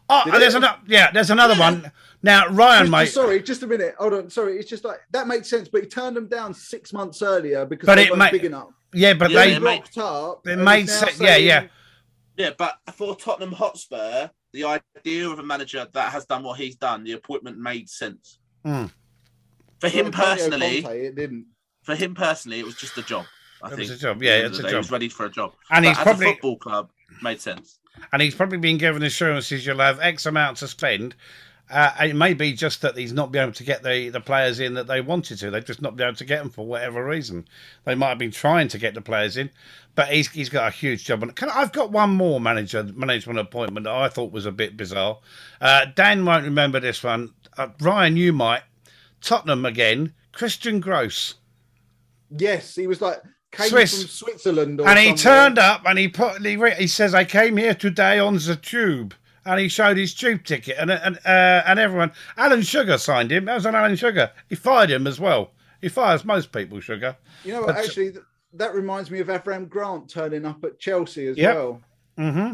[SPEAKER 1] Oh,
[SPEAKER 3] Did
[SPEAKER 1] there's
[SPEAKER 3] it?
[SPEAKER 1] another. Yeah, there's another one. Now, Ryan,
[SPEAKER 3] Just-
[SPEAKER 1] mate.
[SPEAKER 3] Sorry, just a minute. Hold on. Sorry, it's just like that makes sense, but he turned them down six months earlier because
[SPEAKER 1] But
[SPEAKER 3] they
[SPEAKER 1] it
[SPEAKER 3] weren't
[SPEAKER 1] ma-
[SPEAKER 3] big enough.
[SPEAKER 1] Yeah, but
[SPEAKER 2] Yeah,
[SPEAKER 1] they.
[SPEAKER 2] it
[SPEAKER 3] He
[SPEAKER 2] ma-
[SPEAKER 3] rocked up.
[SPEAKER 1] it
[SPEAKER 3] and
[SPEAKER 1] made
[SPEAKER 3] he's now
[SPEAKER 1] sense- yeah, yeah.
[SPEAKER 3] saying,
[SPEAKER 2] Yeah, but for Tottenham Hotspur, the idea of a manager that has done what he's done, the appointment made sense.
[SPEAKER 1] Mm.
[SPEAKER 2] For him
[SPEAKER 3] Antonio
[SPEAKER 2] personally,
[SPEAKER 3] Conte, it didn't.
[SPEAKER 2] for him personally, it was just a job. I
[SPEAKER 1] It
[SPEAKER 2] think
[SPEAKER 1] was a job,
[SPEAKER 2] At the
[SPEAKER 1] yeah,
[SPEAKER 2] end of
[SPEAKER 1] it's a
[SPEAKER 2] the day, He
[SPEAKER 1] job.
[SPEAKER 2] was ready for a job,
[SPEAKER 1] And
[SPEAKER 2] But
[SPEAKER 1] he's
[SPEAKER 2] as
[SPEAKER 1] probably-
[SPEAKER 2] a football club made sense.
[SPEAKER 1] and he's probably been given assurances you'll have X amount to spend. Uh, and it may be just that he's not been able to get the, the players in that they wanted to. They've just not been able to get them for whatever reason. They might have been trying to get the players in, but he's he's got a huge job. And can, I- I've got one more manager management appointment that I thought was a bit bizarre. Uh, Dan won't remember this one. Uh, Ryan, you might. Tottenham again. Christian Gross.
[SPEAKER 3] Yes, he was like came
[SPEAKER 1] Swiss.
[SPEAKER 3] from Switzerland, or
[SPEAKER 1] and he
[SPEAKER 3] somewhere.
[SPEAKER 1] turned up and he put he, re- he says I came here today on the tube and he showed his tube ticket and and uh, and everyone Alan Sugar signed him that was on Alan Sugar he fired him as well he fires most people Sugar
[SPEAKER 3] You know, what,
[SPEAKER 1] But-
[SPEAKER 3] actually, th- that reminds me of Ephraim Grant turning up at Chelsea as
[SPEAKER 1] Yep.
[SPEAKER 3] well.
[SPEAKER 1] mm-hmm.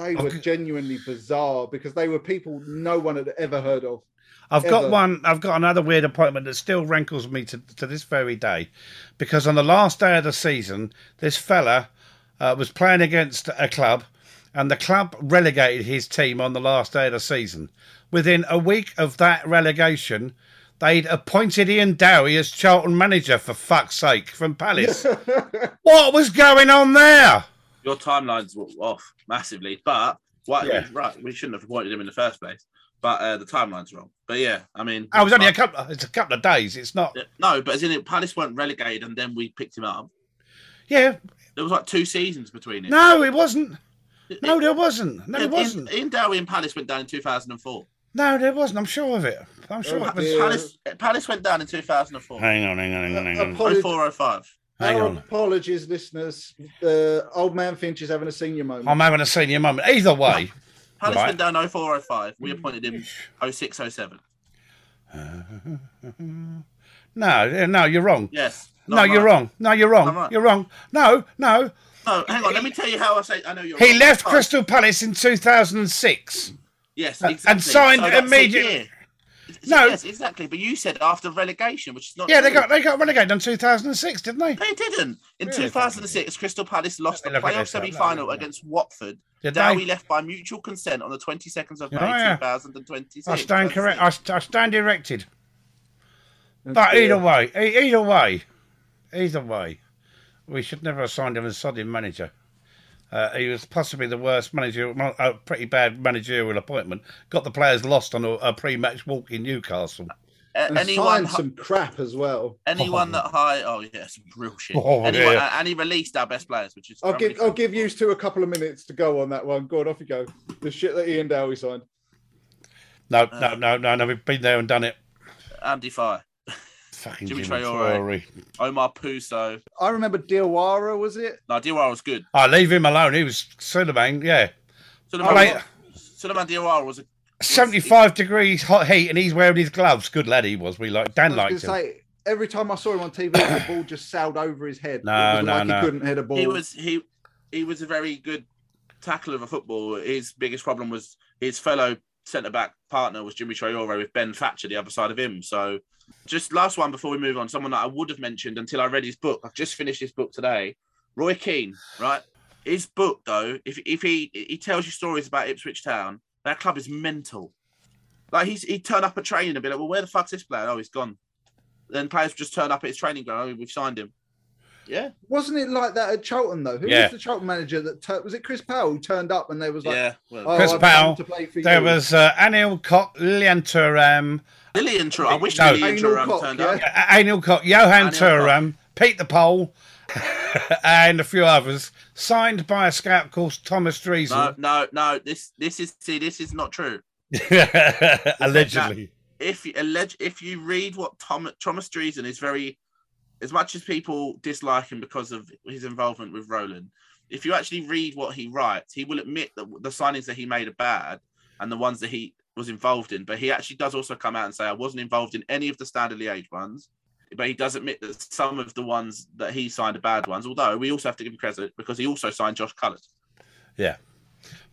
[SPEAKER 3] They were
[SPEAKER 1] Okay.
[SPEAKER 3] genuinely bizarre because they were people no one had ever heard of.
[SPEAKER 1] I've got
[SPEAKER 3] Ever.
[SPEAKER 1] one. I've got another weird appointment that still rankles me to, to this very day, because on the last day of the season, this fella uh, was playing against a club, and the club relegated his team on the last day of the season. Within a week of that relegation, they'd appointed Ian Dowie as Charlton manager for fuck's sake from Palace. what was going on there?
[SPEAKER 2] Your timelines were off massively, but why,
[SPEAKER 1] Yeah.
[SPEAKER 2] right, we shouldn't have appointed him in the first place. But uh, the timeline's wrong. But yeah, I mean,
[SPEAKER 1] Oh, it was only a couple. It's a couple of days. It's not.
[SPEAKER 2] no, but as in it, Palace weren't relegated, and then we picked him up.
[SPEAKER 1] Yeah.
[SPEAKER 2] There was like two seasons between it.
[SPEAKER 1] No, it wasn't.
[SPEAKER 2] It-
[SPEAKER 1] No,
[SPEAKER 2] it-
[SPEAKER 1] there wasn't. No,
[SPEAKER 2] In-
[SPEAKER 1] it wasn't.
[SPEAKER 2] In, in Darwin Palace went down in 2004.
[SPEAKER 1] No, there wasn't. I'm sure of it. I'm sure
[SPEAKER 2] Pa-
[SPEAKER 1] it was.
[SPEAKER 3] Yeah.
[SPEAKER 2] Palace, Palace went down in 2004.
[SPEAKER 1] Hang on, hang on, hang on, hang on.
[SPEAKER 3] Apo-
[SPEAKER 2] 0405.
[SPEAKER 1] Hang
[SPEAKER 3] Our
[SPEAKER 1] on.
[SPEAKER 3] apologies, listeners. Uh, old man Finch is having a senior moment.
[SPEAKER 1] I'm having a senior moment. Either way.
[SPEAKER 2] Palace
[SPEAKER 1] Right.
[SPEAKER 2] went down 0405. We appointed him 0607.
[SPEAKER 1] No, yeah, no, you're wrong.
[SPEAKER 2] Yes.
[SPEAKER 1] No, you're wrong. No, you're wrong.
[SPEAKER 2] I'm right.
[SPEAKER 1] You're wrong. No, no.
[SPEAKER 2] No, hang on. Let me tell you how I say. I know you're.
[SPEAKER 1] He
[SPEAKER 2] wrong.
[SPEAKER 1] left
[SPEAKER 2] Oh,
[SPEAKER 1] Crystal Palace in 2006.
[SPEAKER 2] Yes,
[SPEAKER 1] and
[SPEAKER 2] exactly.
[SPEAKER 1] signed
[SPEAKER 2] that's a
[SPEAKER 1] immediate-
[SPEAKER 2] year.
[SPEAKER 1] No.
[SPEAKER 2] Yes, exactly. But you said after relegation, which is not.
[SPEAKER 1] Yeah, they
[SPEAKER 2] true.
[SPEAKER 1] got they got relegated in 2006, didn't they?
[SPEAKER 2] They didn't. In
[SPEAKER 1] Really?
[SPEAKER 2] 2006, Crystal Palace lost the
[SPEAKER 1] Let me look at
[SPEAKER 2] playoff
[SPEAKER 1] this now.
[SPEAKER 2] semi final
[SPEAKER 1] No, no, no.
[SPEAKER 2] against Watford.
[SPEAKER 1] Did
[SPEAKER 2] Dowie
[SPEAKER 1] they?
[SPEAKER 2] left by mutual consent on the 22nd of May
[SPEAKER 1] Did I, uh,
[SPEAKER 2] 2026.
[SPEAKER 1] I stand correct. I, st- I stand erected.
[SPEAKER 3] Oh,
[SPEAKER 1] But
[SPEAKER 3] dear.
[SPEAKER 1] either way, e- either way, either way, we should never have signed him as sodding manager. Uh, he was possibly the worst manager, well, a pretty bad managerial appointment. Got the players lost on a, a pre-match walk in Newcastle.
[SPEAKER 2] A-
[SPEAKER 3] and
[SPEAKER 2] anyone,
[SPEAKER 3] signed some crap as well.
[SPEAKER 2] anyone that high, oh yeah, some real shit.
[SPEAKER 1] Oh,
[SPEAKER 2] anyone,
[SPEAKER 1] yeah.
[SPEAKER 2] and he released our best players, which is.
[SPEAKER 3] I'll give I'll give you two a couple of minutes to go on that one. Go on, off you go. The shit that Ian Dowie signed.
[SPEAKER 1] No,
[SPEAKER 3] Uh.
[SPEAKER 1] no, no, no, no. We've been there and done it.
[SPEAKER 2] Andy Fire,
[SPEAKER 1] Fucking
[SPEAKER 2] Jimmy
[SPEAKER 1] Jimmy,
[SPEAKER 2] Traore.
[SPEAKER 1] Traore.
[SPEAKER 2] Omar Puso.
[SPEAKER 3] I remember Diawara, was it?
[SPEAKER 2] No, Diawara was good.
[SPEAKER 1] I leave him alone. He was Suleiman, yeah.
[SPEAKER 2] Suleiman,
[SPEAKER 1] Play,
[SPEAKER 2] Suleiman Diawara was a
[SPEAKER 1] 75 degrees hot heat, and he's wearing his gloves. Good lad, he was. We like
[SPEAKER 3] I
[SPEAKER 1] Dan
[SPEAKER 3] was gonna
[SPEAKER 1] liked him.
[SPEAKER 3] say every time I saw him on TV, the ball just sailed over his head.
[SPEAKER 1] No,
[SPEAKER 3] It was
[SPEAKER 1] no,
[SPEAKER 3] like
[SPEAKER 1] no.
[SPEAKER 3] he couldn't head a ball.
[SPEAKER 2] he was he he was a very good tackler of a football. His biggest problem was his fellow centre back partner was Jimmy Traore with Ben Thatcher the other side of him. So just last one before we move on, someone that I would have mentioned until I read his book. I've just finished his book today. Roy Keane, right? His book though, if if he he tells you stories about Ipswich Town, that club is mental. Like he's he'd turn up at training and be like, Well, where the fuck's this player? Oh, he's gone. Then players would just turn up at his training ground, oh, we've signed him. Yeah.
[SPEAKER 3] Wasn't it like that at Charlton though? Who
[SPEAKER 1] Yeah.
[SPEAKER 3] was the Charlton manager that tur- was it? Chris Powell who turned up and they was like,
[SPEAKER 2] yeah. Well,
[SPEAKER 3] oh,
[SPEAKER 1] Chris
[SPEAKER 3] I've come
[SPEAKER 1] Powell,
[SPEAKER 3] to play for
[SPEAKER 1] There
[SPEAKER 3] you.
[SPEAKER 1] was uh, Anil Cock, Lillian Turam,
[SPEAKER 2] Lillian Turam. I wish
[SPEAKER 1] No.
[SPEAKER 2] Lillian
[SPEAKER 3] Anal
[SPEAKER 2] Turam
[SPEAKER 3] cock,
[SPEAKER 2] turned
[SPEAKER 3] yeah?
[SPEAKER 2] up.
[SPEAKER 1] uh, Anil Cock, Johan
[SPEAKER 2] Anil
[SPEAKER 1] Turam, Pete the Pole, and a few others, signed by a scout called Thomas
[SPEAKER 2] No,
[SPEAKER 1] Driesel.
[SPEAKER 2] no, no. This, this is see, this is not true.
[SPEAKER 1] Allegedly.
[SPEAKER 2] If you allege, if you read what Tom, Thomas Dreesen is very, as much as people dislike him because of his involvement with Roland, if you actually read what he writes, he will admit that the signings that he made are bad and the ones that he was involved in. But he actually does also come out and say, I wasn't involved in any of the standard liège ones. But he does admit that some of the ones that he signed are bad ones. Although we also have to give him credit because he also signed Josh Cullen.
[SPEAKER 1] But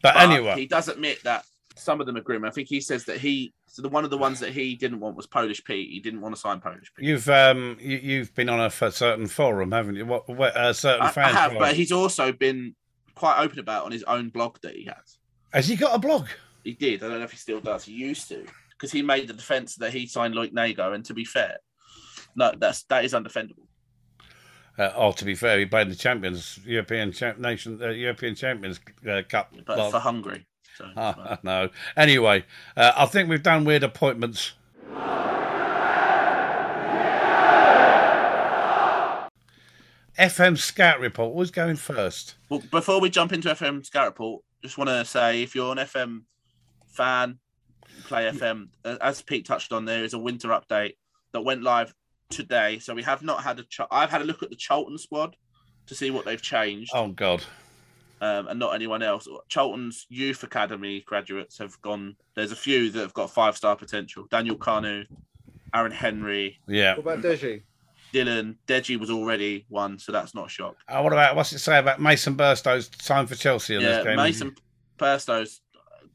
[SPEAKER 2] But
[SPEAKER 1] anyway,
[SPEAKER 2] he does admit that some of them are grim. I think he says that he so the one of the ones that he didn't want was Polish Pete. He didn't want to sign Polish Pete.
[SPEAKER 1] you've um, you, you've been on a f- certain forum, haven't you? What, what a certain
[SPEAKER 2] I,
[SPEAKER 1] fan
[SPEAKER 2] I have,
[SPEAKER 1] forum.
[SPEAKER 2] but he's also been quite open about on his own blog that he has.
[SPEAKER 1] Has he got a blog?
[SPEAKER 2] He did. I don't know if he still does. He used to because he made the defence that he signed Loic Nago, and to be fair, no, that's that is undefendable.
[SPEAKER 1] Uh, oh, to be fair, he played in the Champions European Champ- Nation uh, European Champions uh, Cup.
[SPEAKER 2] But
[SPEAKER 1] Well,
[SPEAKER 2] for Hungary, so
[SPEAKER 1] ah, no. Anyway, uh, I think we've done weird appointments. FM Scout Report. Who's going first?
[SPEAKER 2] Well, before we jump into FM Scout Report, just want to say if you're an FM fan, play FM. uh, As Pete touched on, there is a winter update that went live today. So we have not had a. Ch- I've had a look at the Charlton squad to see what they've changed,
[SPEAKER 1] Oh God,
[SPEAKER 2] um, and not anyone else. Charlton's youth academy graduates have gone. There's a few that have got five star potential. Daniel Carnu, Aaron Henry,
[SPEAKER 1] yeah.
[SPEAKER 3] What about Deji?
[SPEAKER 2] Dylan Deji was already one, so that's not a shock.
[SPEAKER 1] Uh, what about what's it say about Mason Burstow's time for Chelsea in this
[SPEAKER 2] Yeah,
[SPEAKER 1] game?
[SPEAKER 2] Mason Perstow's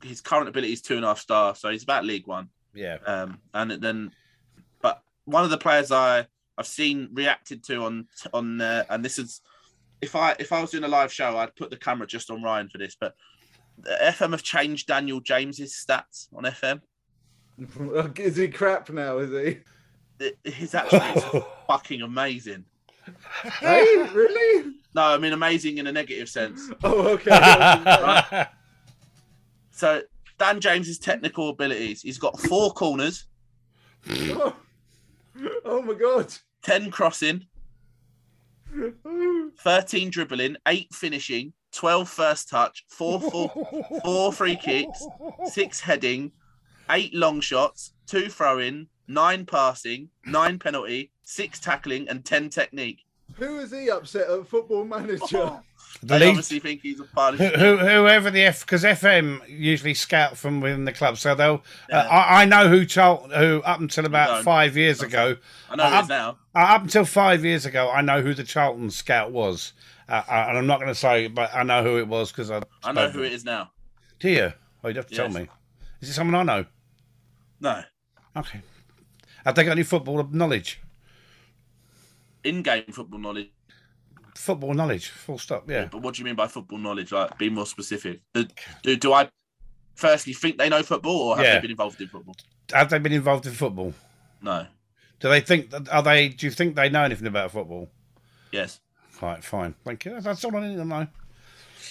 [SPEAKER 2] his current ability is two and a half star, so he's about League One.
[SPEAKER 1] Yeah,
[SPEAKER 2] Um, and then, but one of the players I I've seen reacted to on on uh, and this is if I if I was doing a live show, I'd put the camera just on Ryan for this, but. the FM have changed Daniel James's stats on FM.
[SPEAKER 3] is he crap now? Is he?
[SPEAKER 2] Th- His actually is fucking amazing.
[SPEAKER 3] hey, really?
[SPEAKER 2] No, I mean amazing in a negative sense.
[SPEAKER 3] Oh, okay.
[SPEAKER 2] So Dan James's technical abilities. He's got four corners,
[SPEAKER 3] oh, oh my god.
[SPEAKER 2] ten crossing, 13 dribbling, 8 finishing, 12 first touch, 4 four, four free kicks, 6 heading, 8 long shots, 2 throw in, 9 passing, 9 penalty, 6 tackling, and 10 technique.
[SPEAKER 3] Who is he upset at football manager?
[SPEAKER 1] The
[SPEAKER 2] They
[SPEAKER 1] league,
[SPEAKER 2] obviously think he's a pile of
[SPEAKER 1] who,
[SPEAKER 2] shit.
[SPEAKER 1] who- whoever the F, because FM usually scout from within the club, so they'll. Uh, I, I know who Charl who up until about
[SPEAKER 2] don't.
[SPEAKER 1] five years ago,
[SPEAKER 2] I know who it is now.
[SPEAKER 1] uh, up until five years ago, I know who the Charlton scout was, uh, uh, and I'm not going to say, but I know who it was because I.
[SPEAKER 2] I know who it is now.
[SPEAKER 1] Do you? Oh, you'd have to tell
[SPEAKER 2] Yes.
[SPEAKER 1] me. Is it someone I know?
[SPEAKER 2] No.
[SPEAKER 1] Okay. Have they got any football knowledge?
[SPEAKER 2] In game football knowledge.
[SPEAKER 1] Football knowledge. Full stop. Yeah.
[SPEAKER 2] But what do you mean by football knowledge? Like, be more specific. Do, do, do I firstly think they know football or have
[SPEAKER 1] Yeah.
[SPEAKER 2] they been involved in football?
[SPEAKER 1] Have they been involved in football?
[SPEAKER 2] No.
[SPEAKER 1] Do they think? that- Are they? Do you think they know anything about football?
[SPEAKER 2] Yes.
[SPEAKER 1] Right, fine. Thank you. That's all I need to know.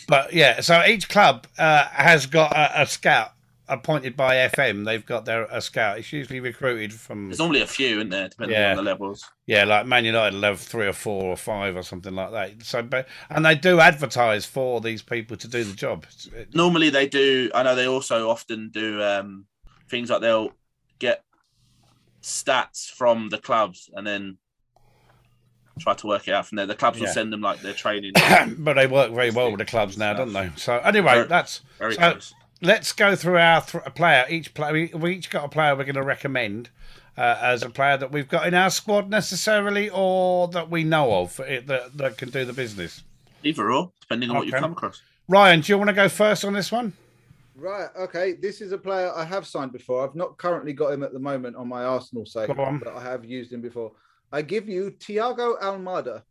[SPEAKER 1] But yeah, so each club uh, has got a, a scout appointed by FM. They've got their a scout. It's usually recruited from
[SPEAKER 2] There's normally a few in there, depending
[SPEAKER 1] Yeah.
[SPEAKER 2] on the levels.
[SPEAKER 1] yeah, like Man United will have three or four or five or something like that. So, but and they do advertise for these people to do the job. It's- it-
[SPEAKER 2] normally they do i know they also often do um things like they'll get stats from the clubs and then try to work it out from there the clubs
[SPEAKER 1] Yeah.
[SPEAKER 2] will send them like their training
[SPEAKER 1] but they work very well with the clubs now, don't they? So anyway,
[SPEAKER 2] Very-
[SPEAKER 1] that's
[SPEAKER 2] very
[SPEAKER 1] so-
[SPEAKER 2] close
[SPEAKER 1] let's go through our th- player. Each player, we, we each got a player we're going to recommend uh, as a player that we've got in our squad necessarily, or that we know of eh, that that can do the business.
[SPEAKER 2] either or depending on what
[SPEAKER 1] Okay.
[SPEAKER 2] you come across
[SPEAKER 1] Ryan, do you want to go first on this one?
[SPEAKER 3] right. Okay. This is a player I have signed before. I've not currently got him at the moment on my Arsenal save,
[SPEAKER 1] Go on.
[SPEAKER 3] but I have used him before. I give you Thiago Almada.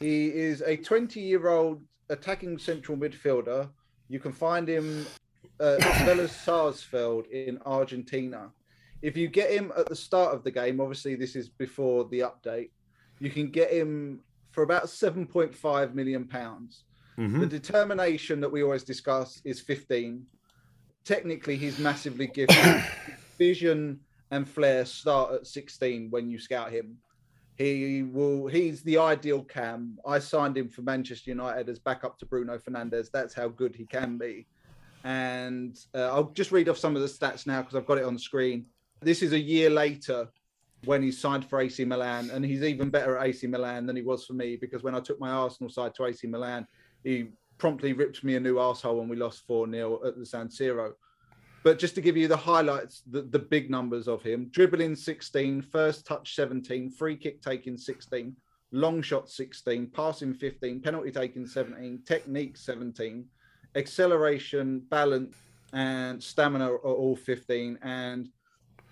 [SPEAKER 3] He is a 20 year old attacking central midfielder. You can find him at Vélez Sarsfield in Argentina. If you get him at the start of the game, obviously this is before the update, you can get him for about 7.5 million pounds.
[SPEAKER 1] Mhm.
[SPEAKER 3] The determination that we always discuss is 15. Technically, he's massively gifted. Vision and flair start at 16 when you scout him. He will. He's the ideal cam. I signed him for Manchester United as backup to Bruno Fernandez. That's how good he can be. And uh, I'll just read off some of the stats now because I've got it on the screen. This is a year later when he signed for AC Milan, and he's even better at AC Milan than he was for me because when I took my Arsenal side to AC Milan, he promptly ripped me a new asshole when we lost 4 0 at the San Siro. But just to give you the highlights, the, the big numbers of him dribbling 16, first touch 17, free kick taking 16, long shot 16, passing 15, penalty taking 17, technique 17, acceleration, balance, and stamina are all 15. And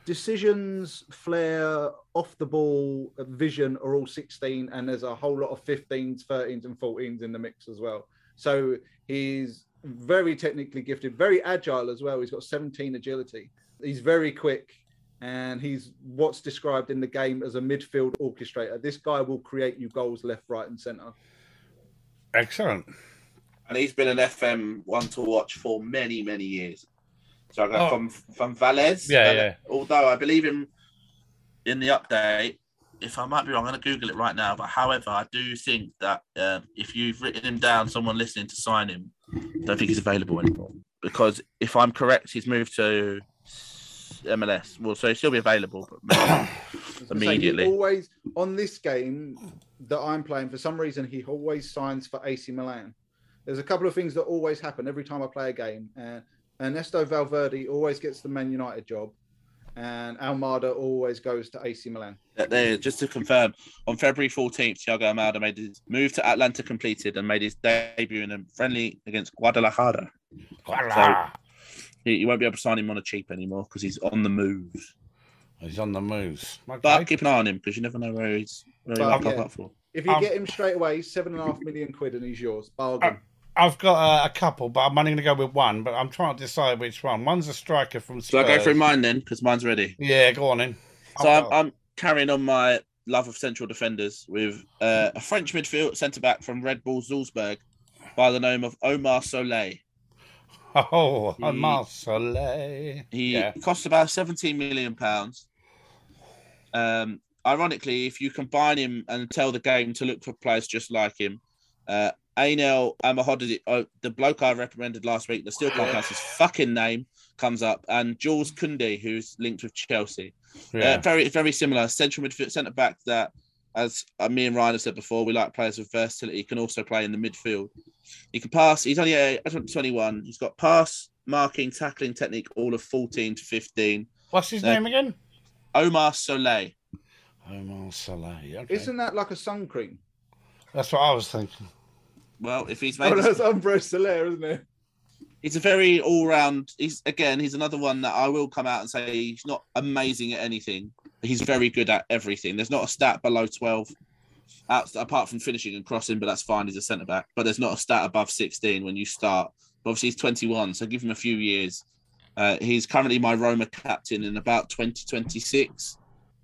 [SPEAKER 3] decisions, flair, off the ball, vision are all 16. And there's a whole lot of 15s, 13s, and 14s in the mix as well. So he's very technically gifted, very agile as well. He's got 17 agility. He's very quick, and he's what's described in the game as a midfield orchestrator. This guy will create you goals left, right, and centre.
[SPEAKER 1] Excellent.
[SPEAKER 2] and he's been an fm one to watch for many many years so i go
[SPEAKER 1] Oh.
[SPEAKER 2] from from valles
[SPEAKER 1] Yeah,
[SPEAKER 2] Valles- although i believe him in the update if I might be wrong, I'm going to Google it right now. But however, I do think that um, if you've written him down, someone listening to sign him, don't think he's available anymore. Because if I'm correct, he's moved to MLS. Well, so he'll still be available, but maybe
[SPEAKER 3] I was gonna say, he
[SPEAKER 2] immediately.
[SPEAKER 3] always on this game that I'm playing, for some reason, he always signs for AC Milan. There's a couple of things that always happen every time I play a game. Uh, Ernesto Valverde always gets the Man United job, and Almada always goes to AC Milan.
[SPEAKER 2] Uh, There, just to confirm, on February 14th, Thiago Almada made his move to Atlanta completed and made his debut in a friendly against Guadalajara.
[SPEAKER 1] Voila.
[SPEAKER 2] He- You won't be able to sign him on a cheap anymore because he's on the move.
[SPEAKER 1] He's on the moves. Okay.
[SPEAKER 2] But keep an eye on him because you never know where he's where he
[SPEAKER 3] But,
[SPEAKER 2] might pop
[SPEAKER 3] yeah.
[SPEAKER 2] up for.
[SPEAKER 3] If you
[SPEAKER 1] Um,
[SPEAKER 3] get him straight away, seven and a half million quid, and he's yours. Bargain.
[SPEAKER 1] I've got uh, a couple, but I'm only going to go with one. But I'm trying to decide which one. One's a striker from.
[SPEAKER 2] So I
[SPEAKER 1] Spurs.
[SPEAKER 2] go through mine then because mine's ready.
[SPEAKER 1] Yeah, go on Oh, in.
[SPEAKER 3] Oh,
[SPEAKER 2] So I'm, I'm carrying on my love of central defenders with uh, a French midfield centre back from Red Bull Salzburg by the name of Omar Soleil.
[SPEAKER 1] Oh,
[SPEAKER 2] He-
[SPEAKER 1] Marseille.
[SPEAKER 2] He
[SPEAKER 1] Yeah.
[SPEAKER 2] costs about 17 million pounds. Um, Ironically, if you combine him and tell the game to look for players just like him, uh, Anel Amahodid, uh, the bloke I recommended last week, the still can't pronounce his fucking name, comes up, and Jules Kunde, who's linked with Chelsea. Uh,
[SPEAKER 1] Yeah.
[SPEAKER 2] very, very similar. Central midfield, centre back that, as uh, me and Ryan have said before, we like players with versatility. He can also play in the midfield. He can pass. He's only uh, I think 21. He's got pass, marking, tackling technique, all of 14 to 15.
[SPEAKER 1] What's his
[SPEAKER 2] Uh,
[SPEAKER 1] name again?
[SPEAKER 2] Omar Soleil.
[SPEAKER 1] Omar Saleh. Okay.
[SPEAKER 3] Isn't that like a sun cream?
[SPEAKER 1] That's what I was thinking.
[SPEAKER 2] Well, if he's made,
[SPEAKER 3] Oh,
[SPEAKER 2] this-
[SPEAKER 3] that's Umbro Soler, isn't it?
[SPEAKER 2] he's a very all-round. He's again, he's another one that I will come out and say he's not amazing at anything. But he's very good at everything. There's not a stat below 12, out, apart from finishing and crossing, but that's fine. He's a centre back. But there's not a stat above 16 when you start. But obviously, he's 21, so give him a few years. Uh, he's currently my Roma captain in about 2026.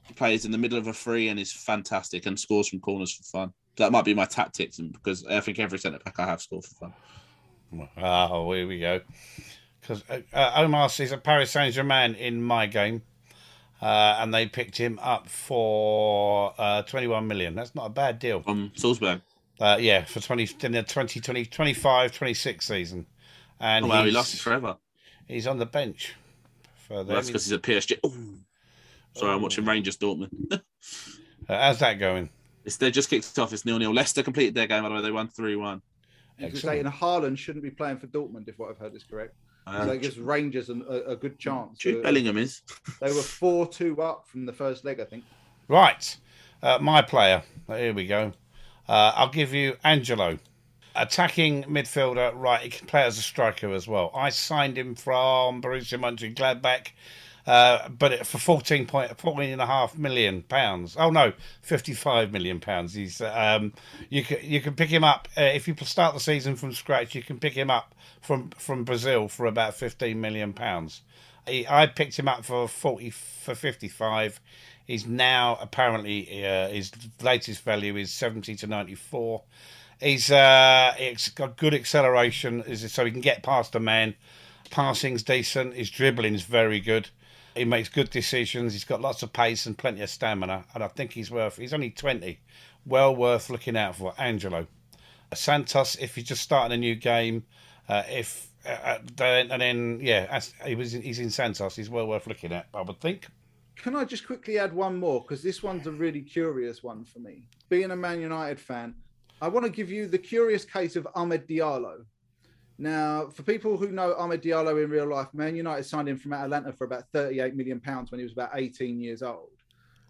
[SPEAKER 2] He plays in the middle of a free and is fantastic and scores from corners for fun. That might be my tactics, and because I think every centre back I have scored for fun.
[SPEAKER 1] Oh, here we go. Because uh, uh, Omar is at Paris Saint Germain in my game, uh, and they picked him up for uh, 21 million. That's not a bad deal.
[SPEAKER 2] From Salzburg.
[SPEAKER 1] Uh, yeah, for 20, in the 20, 20, 25, 26 season. And
[SPEAKER 2] Oh, wow, he
[SPEAKER 1] he's,
[SPEAKER 2] lasted forever.
[SPEAKER 1] he's on the bench. For
[SPEAKER 2] Well,
[SPEAKER 1] them.
[SPEAKER 2] that's because he's at PSG. Ooh. Oh. Sorry, I'm watching Rangers Dortmund.
[SPEAKER 1] Uh, how's that going?
[SPEAKER 2] it's, they just kicked off. It's nil nil. Leicester completed their game. By the way, they won three one.
[SPEAKER 3] Because
[SPEAKER 1] Excellent.
[SPEAKER 3] saying Haaland shouldn't be playing for Dortmund, if what I've heard is correct. so it gives Rangers an, a, a good chance.
[SPEAKER 2] Jude
[SPEAKER 3] Uh,
[SPEAKER 2] Bellingham is.
[SPEAKER 3] They were 4 2 up from the first leg, I think.
[SPEAKER 1] Right, uh, my player. Here we go. Uh, I'll give you Angelo, attacking midfielder. Right, he can play as a striker as well. I signed him from Borussia Mönchengladbach, uh, but it, for 14 point, 14 and a half million pounds. Oh no, 55 million pounds. He's uh, um, you can you can pick him up uh, if you start the season from scratch. You can pick him up from from Brazil for about 15 million pounds. He, I picked him up for 40 for 55. He's now apparently uh, his latest value is 70 to 94. He's uh, it's got good acceleration, is so he can get past a man. Passing's decent. His dribbling's very good. He makes good decisions. He's got lots of pace and plenty of stamina, and I think he's worth. He's only 20. Well worth looking out for Angelo. Uh, Santos, if you're just starting a new game, uh, if uh, uh, then, and then yeah, as- he was in- he's in Santos. He's well worth looking at, I would think.
[SPEAKER 3] Can I just quickly add one more? Because this one's a really curious one for me. Being a Man United fan, I want to give you the curious case of Ahmed Diallo. Now, for people who know Ahmed Diallo in real life, Man United signed him from Atlanta for about 38 million pounds when he was about 18 years old,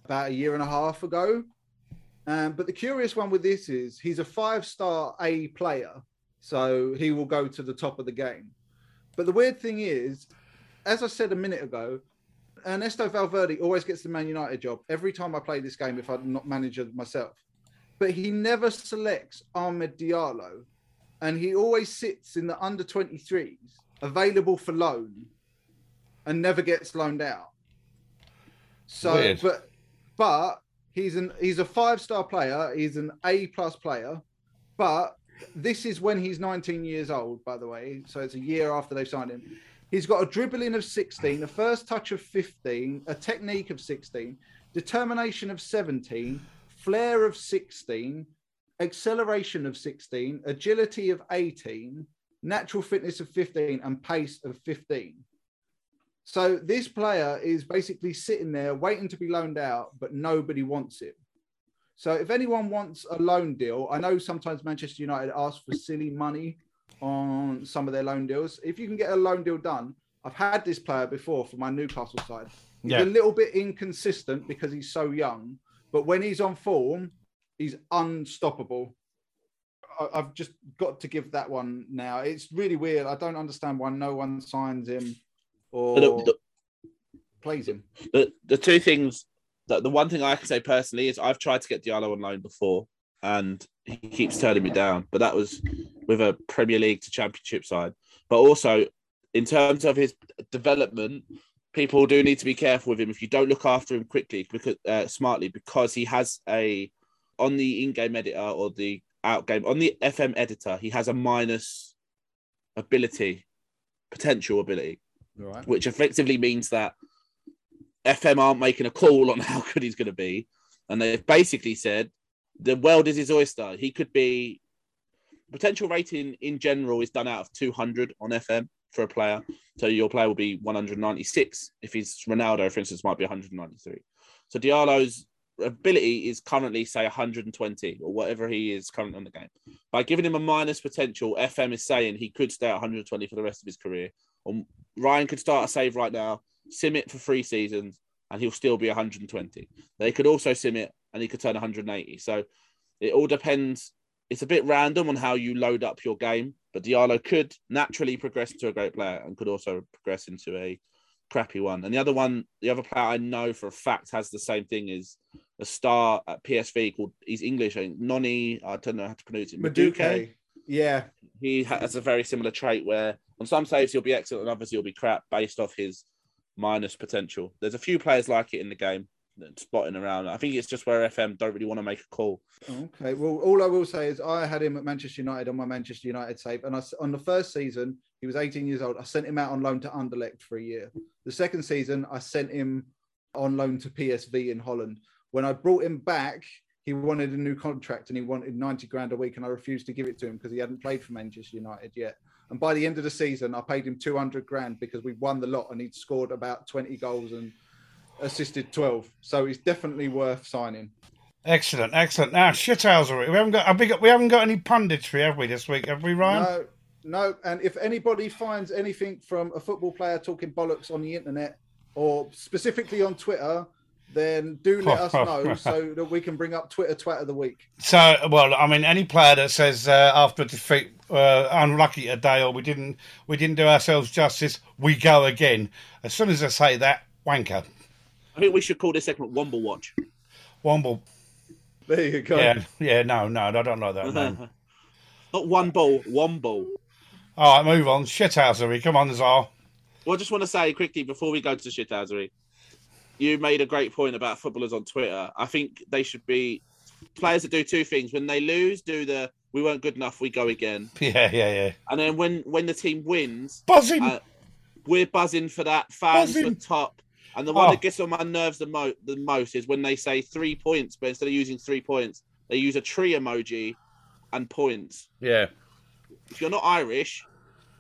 [SPEAKER 3] about a year and a half ago. Um, but the curious one with this is he's a five star A player, so he will go to the top of the game. But the weird thing is, as I said a minute ago, Ernesto Valverde always gets the Man United job every time I play this game if I'm not manager myself. But he never selects Ahmed Diallo and he always sits in the under 23s available for loan and never gets loaned out. So
[SPEAKER 1] Weird.
[SPEAKER 3] but but he's an he's a five-star player, he's an A plus player, but this is when he's 19 years old, by the way. So it's a year after they've signed him. He's got a dribbling of 16, a first touch of 15, a technique of 16, determination of 17, flair of 16, acceleration of 16, agility of 18, natural fitness of 15, and pace of 15. So this player is basically sitting there waiting to be loaned out, but nobody wants it. So if anyone wants a loan deal, I know sometimes Manchester United ask for silly money on some of their loan deals. If you can get a loan deal done, I've had this player before for my Newcastle side. He's
[SPEAKER 1] Yeah.
[SPEAKER 3] a little bit inconsistent because he's so young, but when he's on form, he's unstoppable. I- I've just got to give that one now. It's really weird. I don't understand why no one signs him or
[SPEAKER 2] The,
[SPEAKER 3] plays him.
[SPEAKER 2] the, the two things, the, the one thing I can say personally is I've tried to get Diallo on loan before, and he keeps turning me down. But that was with a Premier League to Championship side. But also, in terms of his development, people do need to be careful with him if you don't look after him quickly because uh, smartly because he has a on the in-game editor or the out game on the FM editor he has a minus ability potential ability
[SPEAKER 3] Right.
[SPEAKER 2] which effectively means that FM aren't making a call on how good he's going to be. and they've basically said the world is his oyster. He could be potential rating in general is done out of 200 on FM for a player. So your player will be 196. If he's Ronaldo, for instance, might be 193. So Diallo's ability is currently say 120 or whatever he is currently on the game. By giving him a minus potential, FM is saying he could stay at 120 for the rest of his career. Or Ryan could start a save right now, sim it for three seasons, and he'll still be 120. They could also sim it and he could turn 180. So it all depends. It's a bit random on how you load up your game, but Diallo could naturally progress into a great player and could also progress into a crappy one. And the other one, the other player I know for a fact has the same thing is a star at PSV called he's English, I think, Nonny. I don't know how to pronounce it. Maduke.
[SPEAKER 3] Yeah.
[SPEAKER 2] He has a very similar trait where on some saves he'll be excellent, on others he'll be crap based off his minus potential. There's a few players like it in the game that spotting around. I think it's just where FM don't really want to make a call.
[SPEAKER 3] Okay. Well, all I will say is I had him at Manchester United on my Manchester United save, and I s- on the first season he was 18 years old. I sent him out on loan to Anderlecht for a year. The second season I sent him on loan to PSV in Holland. When I brought him back, he wanted a new contract and he wanted 90 grand a week, and I refused to give it to him because he hadn't played for Manchester United yet. And by the end of the season, I paid him 200 grand because we won the lot and he'd scored about 20 goals and assisted 12. So he's definitely worth signing.
[SPEAKER 1] Excellent, excellent. Now, shithousery. We haven't got, have we got, we haven't got any punditry, have we, this week? Have we, Ryan?
[SPEAKER 3] No, no. And if anybody finds anything from a football player talking bollocks on the internet or specifically on Twitter, then do let us know so that we can bring up Twitter twat of the week.
[SPEAKER 1] So, well, I mean, any player that says uh, after a defeat, uh, unlucky today, or we didn't, we didn't do ourselves justice, we go again. As soon as I say that, wanker,
[SPEAKER 2] I think we should call this segment Womble Watch.
[SPEAKER 1] womble.
[SPEAKER 3] There you go.
[SPEAKER 1] Yeah, yeah, no, no, I don't like that name.
[SPEAKER 2] Not one ball, Womble.
[SPEAKER 1] All right, move on. Shithousery. Come on, Zal.
[SPEAKER 2] Well, I just want to say quickly before we go to shithousery, you made a great point about footballers on Twitter. I think they should be players that do two things. When they lose, do the we weren't good enough, we go again.
[SPEAKER 1] Yeah, yeah, yeah.
[SPEAKER 2] And then when when the team wins,
[SPEAKER 1] Buzzing.
[SPEAKER 2] Uh, we're buzzing for that. Fans
[SPEAKER 1] Buzzing.
[SPEAKER 2] were top. And the one
[SPEAKER 1] Oh.
[SPEAKER 2] that gets on my nerves the, mo- the most is when they say three points, but instead of using three points, they use a tree emoji and points.
[SPEAKER 1] yeah.
[SPEAKER 2] If you're not Irish,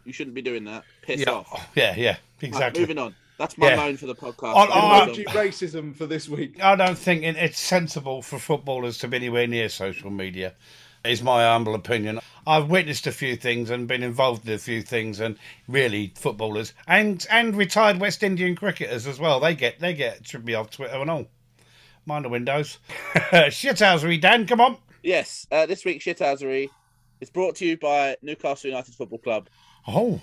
[SPEAKER 2] you shouldn't be doing that. Piss
[SPEAKER 1] Yeah.
[SPEAKER 2] off.
[SPEAKER 1] yeah, yeah,
[SPEAKER 2] Right,
[SPEAKER 1] exactly.
[SPEAKER 2] moving on. That's my
[SPEAKER 1] Yeah.
[SPEAKER 2] moan for the podcast.
[SPEAKER 1] I'll- I'll-
[SPEAKER 2] Moving
[SPEAKER 3] Emoji
[SPEAKER 2] on.
[SPEAKER 3] racism for this week.
[SPEAKER 1] I don't think it- it's sensible for footballers to be anywhere near social media, is my humble opinion. I've witnessed a few things and been involved in a few things, and really, footballers and and retired West Indian cricketers as well. They get they get should be off Twitter and all. Mind the windows. Shithousery, Dan. Come on.
[SPEAKER 2] Yes, uh, this week's shithousery is brought to you by Newcastle United Football Club
[SPEAKER 1] Oh,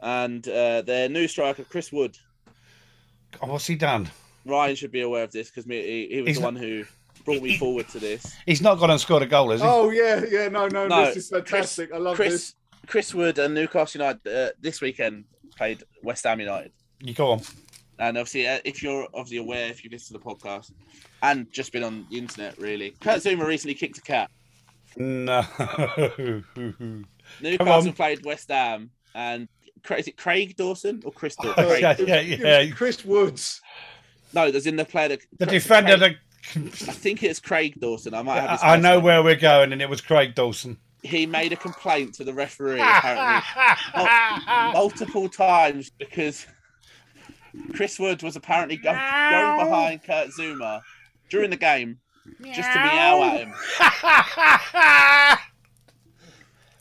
[SPEAKER 2] and uh, their new striker, Chris Wood.
[SPEAKER 1] God, what's he done?
[SPEAKER 2] Ryan should be aware of this because he, he was
[SPEAKER 1] He's
[SPEAKER 2] the
[SPEAKER 1] not-
[SPEAKER 2] one who brought me forward to this.
[SPEAKER 1] He's not gone and scored a goal, is he?
[SPEAKER 3] Oh yeah, yeah, no, no,
[SPEAKER 2] No,
[SPEAKER 3] this is fantastic. I love this.
[SPEAKER 2] Chris, Chris Wood and Newcastle United uh, this weekend played West Ham United.
[SPEAKER 1] You go on.
[SPEAKER 2] And obviously, uh, if you're obviously aware, if you listen to the podcast and just been on the internet, really, Kurt Zuma recently kicked a cat.
[SPEAKER 1] No.
[SPEAKER 2] Newcastle
[SPEAKER 1] on.
[SPEAKER 2] played West Ham, and Cra- is it Craig Dawson or Chris Dawson? Craig
[SPEAKER 1] yeah,
[SPEAKER 2] Dawson.
[SPEAKER 1] yeah, yeah.
[SPEAKER 3] Chris Woods.
[SPEAKER 2] No, there's in the player that
[SPEAKER 1] The
[SPEAKER 2] Cra-
[SPEAKER 1] defender
[SPEAKER 2] Craig-
[SPEAKER 1] that
[SPEAKER 2] I think it's Craig Dawson. I might have. His
[SPEAKER 1] I know
[SPEAKER 2] where
[SPEAKER 1] where we're going, and it was Craig Dawson.
[SPEAKER 2] he made a complaint to the referee apparently Mul- multiple times because Chris Wood was apparently go- going behind Kurt Zuma during the game just to meow at him.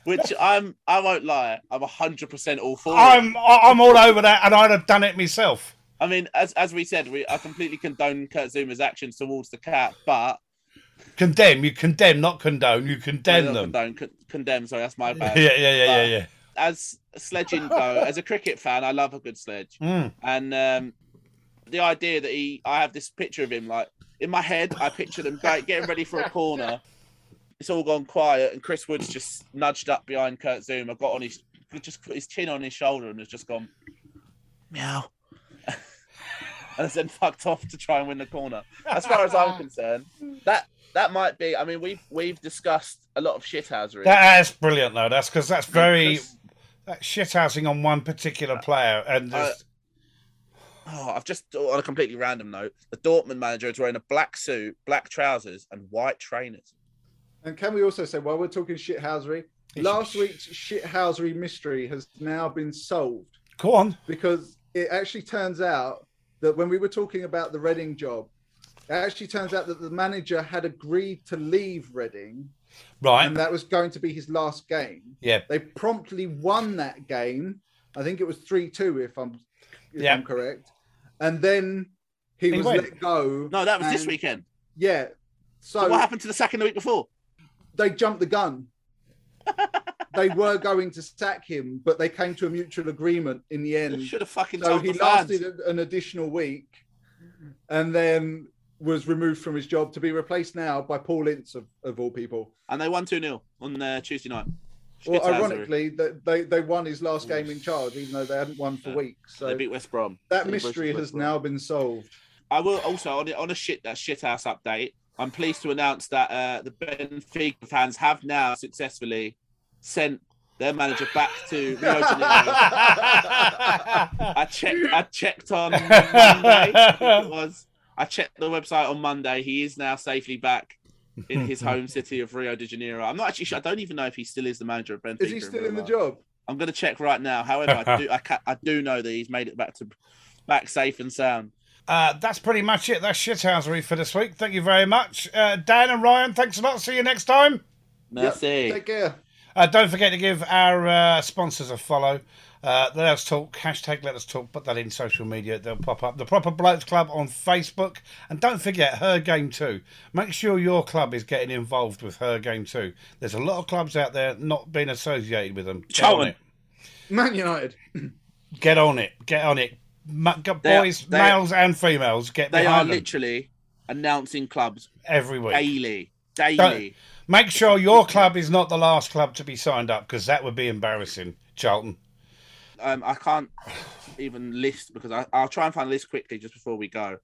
[SPEAKER 2] Which I'm, I won't lie, I'm hundred percent all for. it.
[SPEAKER 1] I'm I'm all over that, and I'd have done it myself.
[SPEAKER 2] I mean, as as we said, we I completely condone Kurt Zuma's actions towards the cat, but
[SPEAKER 1] Condemn, you condemn, not condone. You condemn
[SPEAKER 2] No,
[SPEAKER 1] them.
[SPEAKER 2] condone, con- condemn. Sorry, that's my
[SPEAKER 1] Yeah,
[SPEAKER 2] bad.
[SPEAKER 1] yeah, yeah, yeah,
[SPEAKER 2] As sledging go, as a cricket fan, I love a good sledge.
[SPEAKER 1] yeah. Mm.
[SPEAKER 2] and um, the idea that he, I have this picture of him like in my head. I picture them like getting ready for a corner. It's all gone quiet, and Chris Woods just nudged up behind Kurt Zuma, got on his, just put his chin on his shoulder, and has just gone meow, and then fucked off to try and win the corner. As far as I'm concerned, that that might be. I mean, we've we've discussed a lot of shithousery.
[SPEAKER 1] That- that's brilliant, though. That's because that's very
[SPEAKER 2] Because-
[SPEAKER 1] that shithousing on one particular player, and
[SPEAKER 2] Uh,
[SPEAKER 1] there's-
[SPEAKER 2] Oh, I've just on a completely random note. The Dortmund manager is wearing a black suit, black trousers, and white trainers.
[SPEAKER 3] And can we also say, while we're talking shithousery, last week's shithousery mystery has now been solved
[SPEAKER 1] Go on.
[SPEAKER 3] because it actually turns out that when we were talking about the Reading job, it actually turns out that the manager had agreed to leave Reading
[SPEAKER 1] Right.
[SPEAKER 3] and that was going to be his last game.
[SPEAKER 1] Yeah.
[SPEAKER 3] They promptly won that game. I think it was 3 2, if I'm if
[SPEAKER 1] Yeah.
[SPEAKER 3] I'm correct. And then he,
[SPEAKER 1] He
[SPEAKER 3] was
[SPEAKER 1] went.
[SPEAKER 3] let go.
[SPEAKER 2] No, that was this
[SPEAKER 3] and-
[SPEAKER 2] weekend.
[SPEAKER 3] Yeah. So
[SPEAKER 2] So what happened to the second the week before?
[SPEAKER 3] they jumped the gun. they were going to sack him, but they came to a mutual agreement in the end.
[SPEAKER 2] Should have fucking
[SPEAKER 3] So
[SPEAKER 2] told
[SPEAKER 3] he
[SPEAKER 2] the fans.
[SPEAKER 3] lasted an- an additional week and then was removed from his job to be replaced now by Paul Ince, of, of all people.
[SPEAKER 2] And they won 2 0 on uh, Tuesday night.
[SPEAKER 3] Well,
[SPEAKER 2] Shithousery.
[SPEAKER 3] ironically, that they, they won his last game in charge, even though they hadn't won for
[SPEAKER 2] Yeah.
[SPEAKER 3] weeks.
[SPEAKER 2] they
[SPEAKER 3] So
[SPEAKER 2] beat West Brom.
[SPEAKER 3] that
[SPEAKER 2] They beat
[SPEAKER 3] mystery
[SPEAKER 2] West
[SPEAKER 3] has
[SPEAKER 2] Brom.
[SPEAKER 3] now been solved.
[SPEAKER 2] I will also on a, on a shit that shit house update. I'm pleased to announce that uh, the Benfica fans have now successfully sent their manager back to Rio de Janeiro. I checked. I checked on Monday. I think it was. I checked the website on Monday. He is now safely back in his home city of Rio de Janeiro. I'm not actually sure. I don't even know if he still is the manager of Benfica.
[SPEAKER 3] Is he still
[SPEAKER 2] real
[SPEAKER 3] in the
[SPEAKER 2] life.
[SPEAKER 3] job?
[SPEAKER 2] I'm going to check right now. However, I do. I, ca- I do know that he's made it back to back safe and sound.
[SPEAKER 1] Uh, that's pretty much it. That's shithousery for this week. Thank you very much, uh, Dan and Ryan. Thanks a lot. See you next time.
[SPEAKER 2] Merci.
[SPEAKER 3] Take care.
[SPEAKER 1] Uh, don't forget to give our uh, sponsors a follow. Uh, let us talk, hashtag let us talk, put that in social media, they'll pop up. The Proper Blokes Club on Facebook. And don't forget, Her Game 2. Make sure your club is getting involved with Her Game 2. There's a lot of clubs out there not being associated with them. Get on
[SPEAKER 2] Charlton.
[SPEAKER 1] it.
[SPEAKER 3] Man United.
[SPEAKER 1] Get on it. Get on it. Ma- g-
[SPEAKER 2] They are-
[SPEAKER 1] boys,
[SPEAKER 2] they-
[SPEAKER 1] males, and females, get
[SPEAKER 2] They are
[SPEAKER 1] behind them
[SPEAKER 2] literally announcing clubs
[SPEAKER 1] every week.
[SPEAKER 2] daily. Daily.
[SPEAKER 1] Don't- Make sure your club is not the last club to be signed up because that would be embarrassing, Charlton.
[SPEAKER 2] um, I can't even list because I, I'll try and find a list quickly just before we go.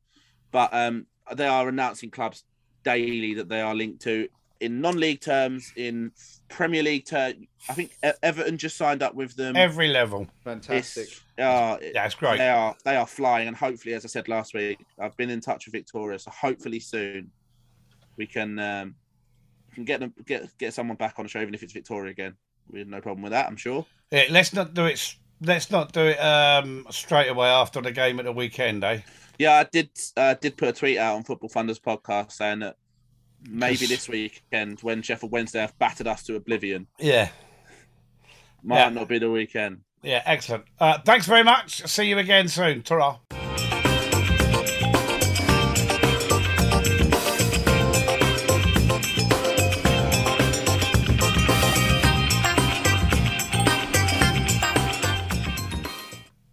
[SPEAKER 2] But um, they are announcing clubs daily that they are linked to in non-league terms, in Premier League terms. I think E- Everton just signed up with them.
[SPEAKER 1] Every level.
[SPEAKER 3] Fantastic.
[SPEAKER 2] It's, uh,
[SPEAKER 1] Yeah, it's great.
[SPEAKER 2] They are they are flying, and hopefully, as I said last week, I've been in touch with Victoria, so hopefully soon we can um, we can get them get get someone back on the show, even if it's Victoria again. We have no problem with that, I'm sure.
[SPEAKER 1] Yeah, let's not do it. s- Let's not do it um, straight away after the game at the weekend, eh?
[SPEAKER 2] Yeah, I did. Uh, did put a tweet out on Football Funders podcast saying that maybe
[SPEAKER 1] Yes.
[SPEAKER 2] this weekend, when Sheffield Wednesday have battered us to oblivion,
[SPEAKER 1] Yeah,
[SPEAKER 2] might
[SPEAKER 1] Yeah.
[SPEAKER 2] not be the weekend.
[SPEAKER 1] yeah, excellent. Uh, thanks very much. See you again soon. ta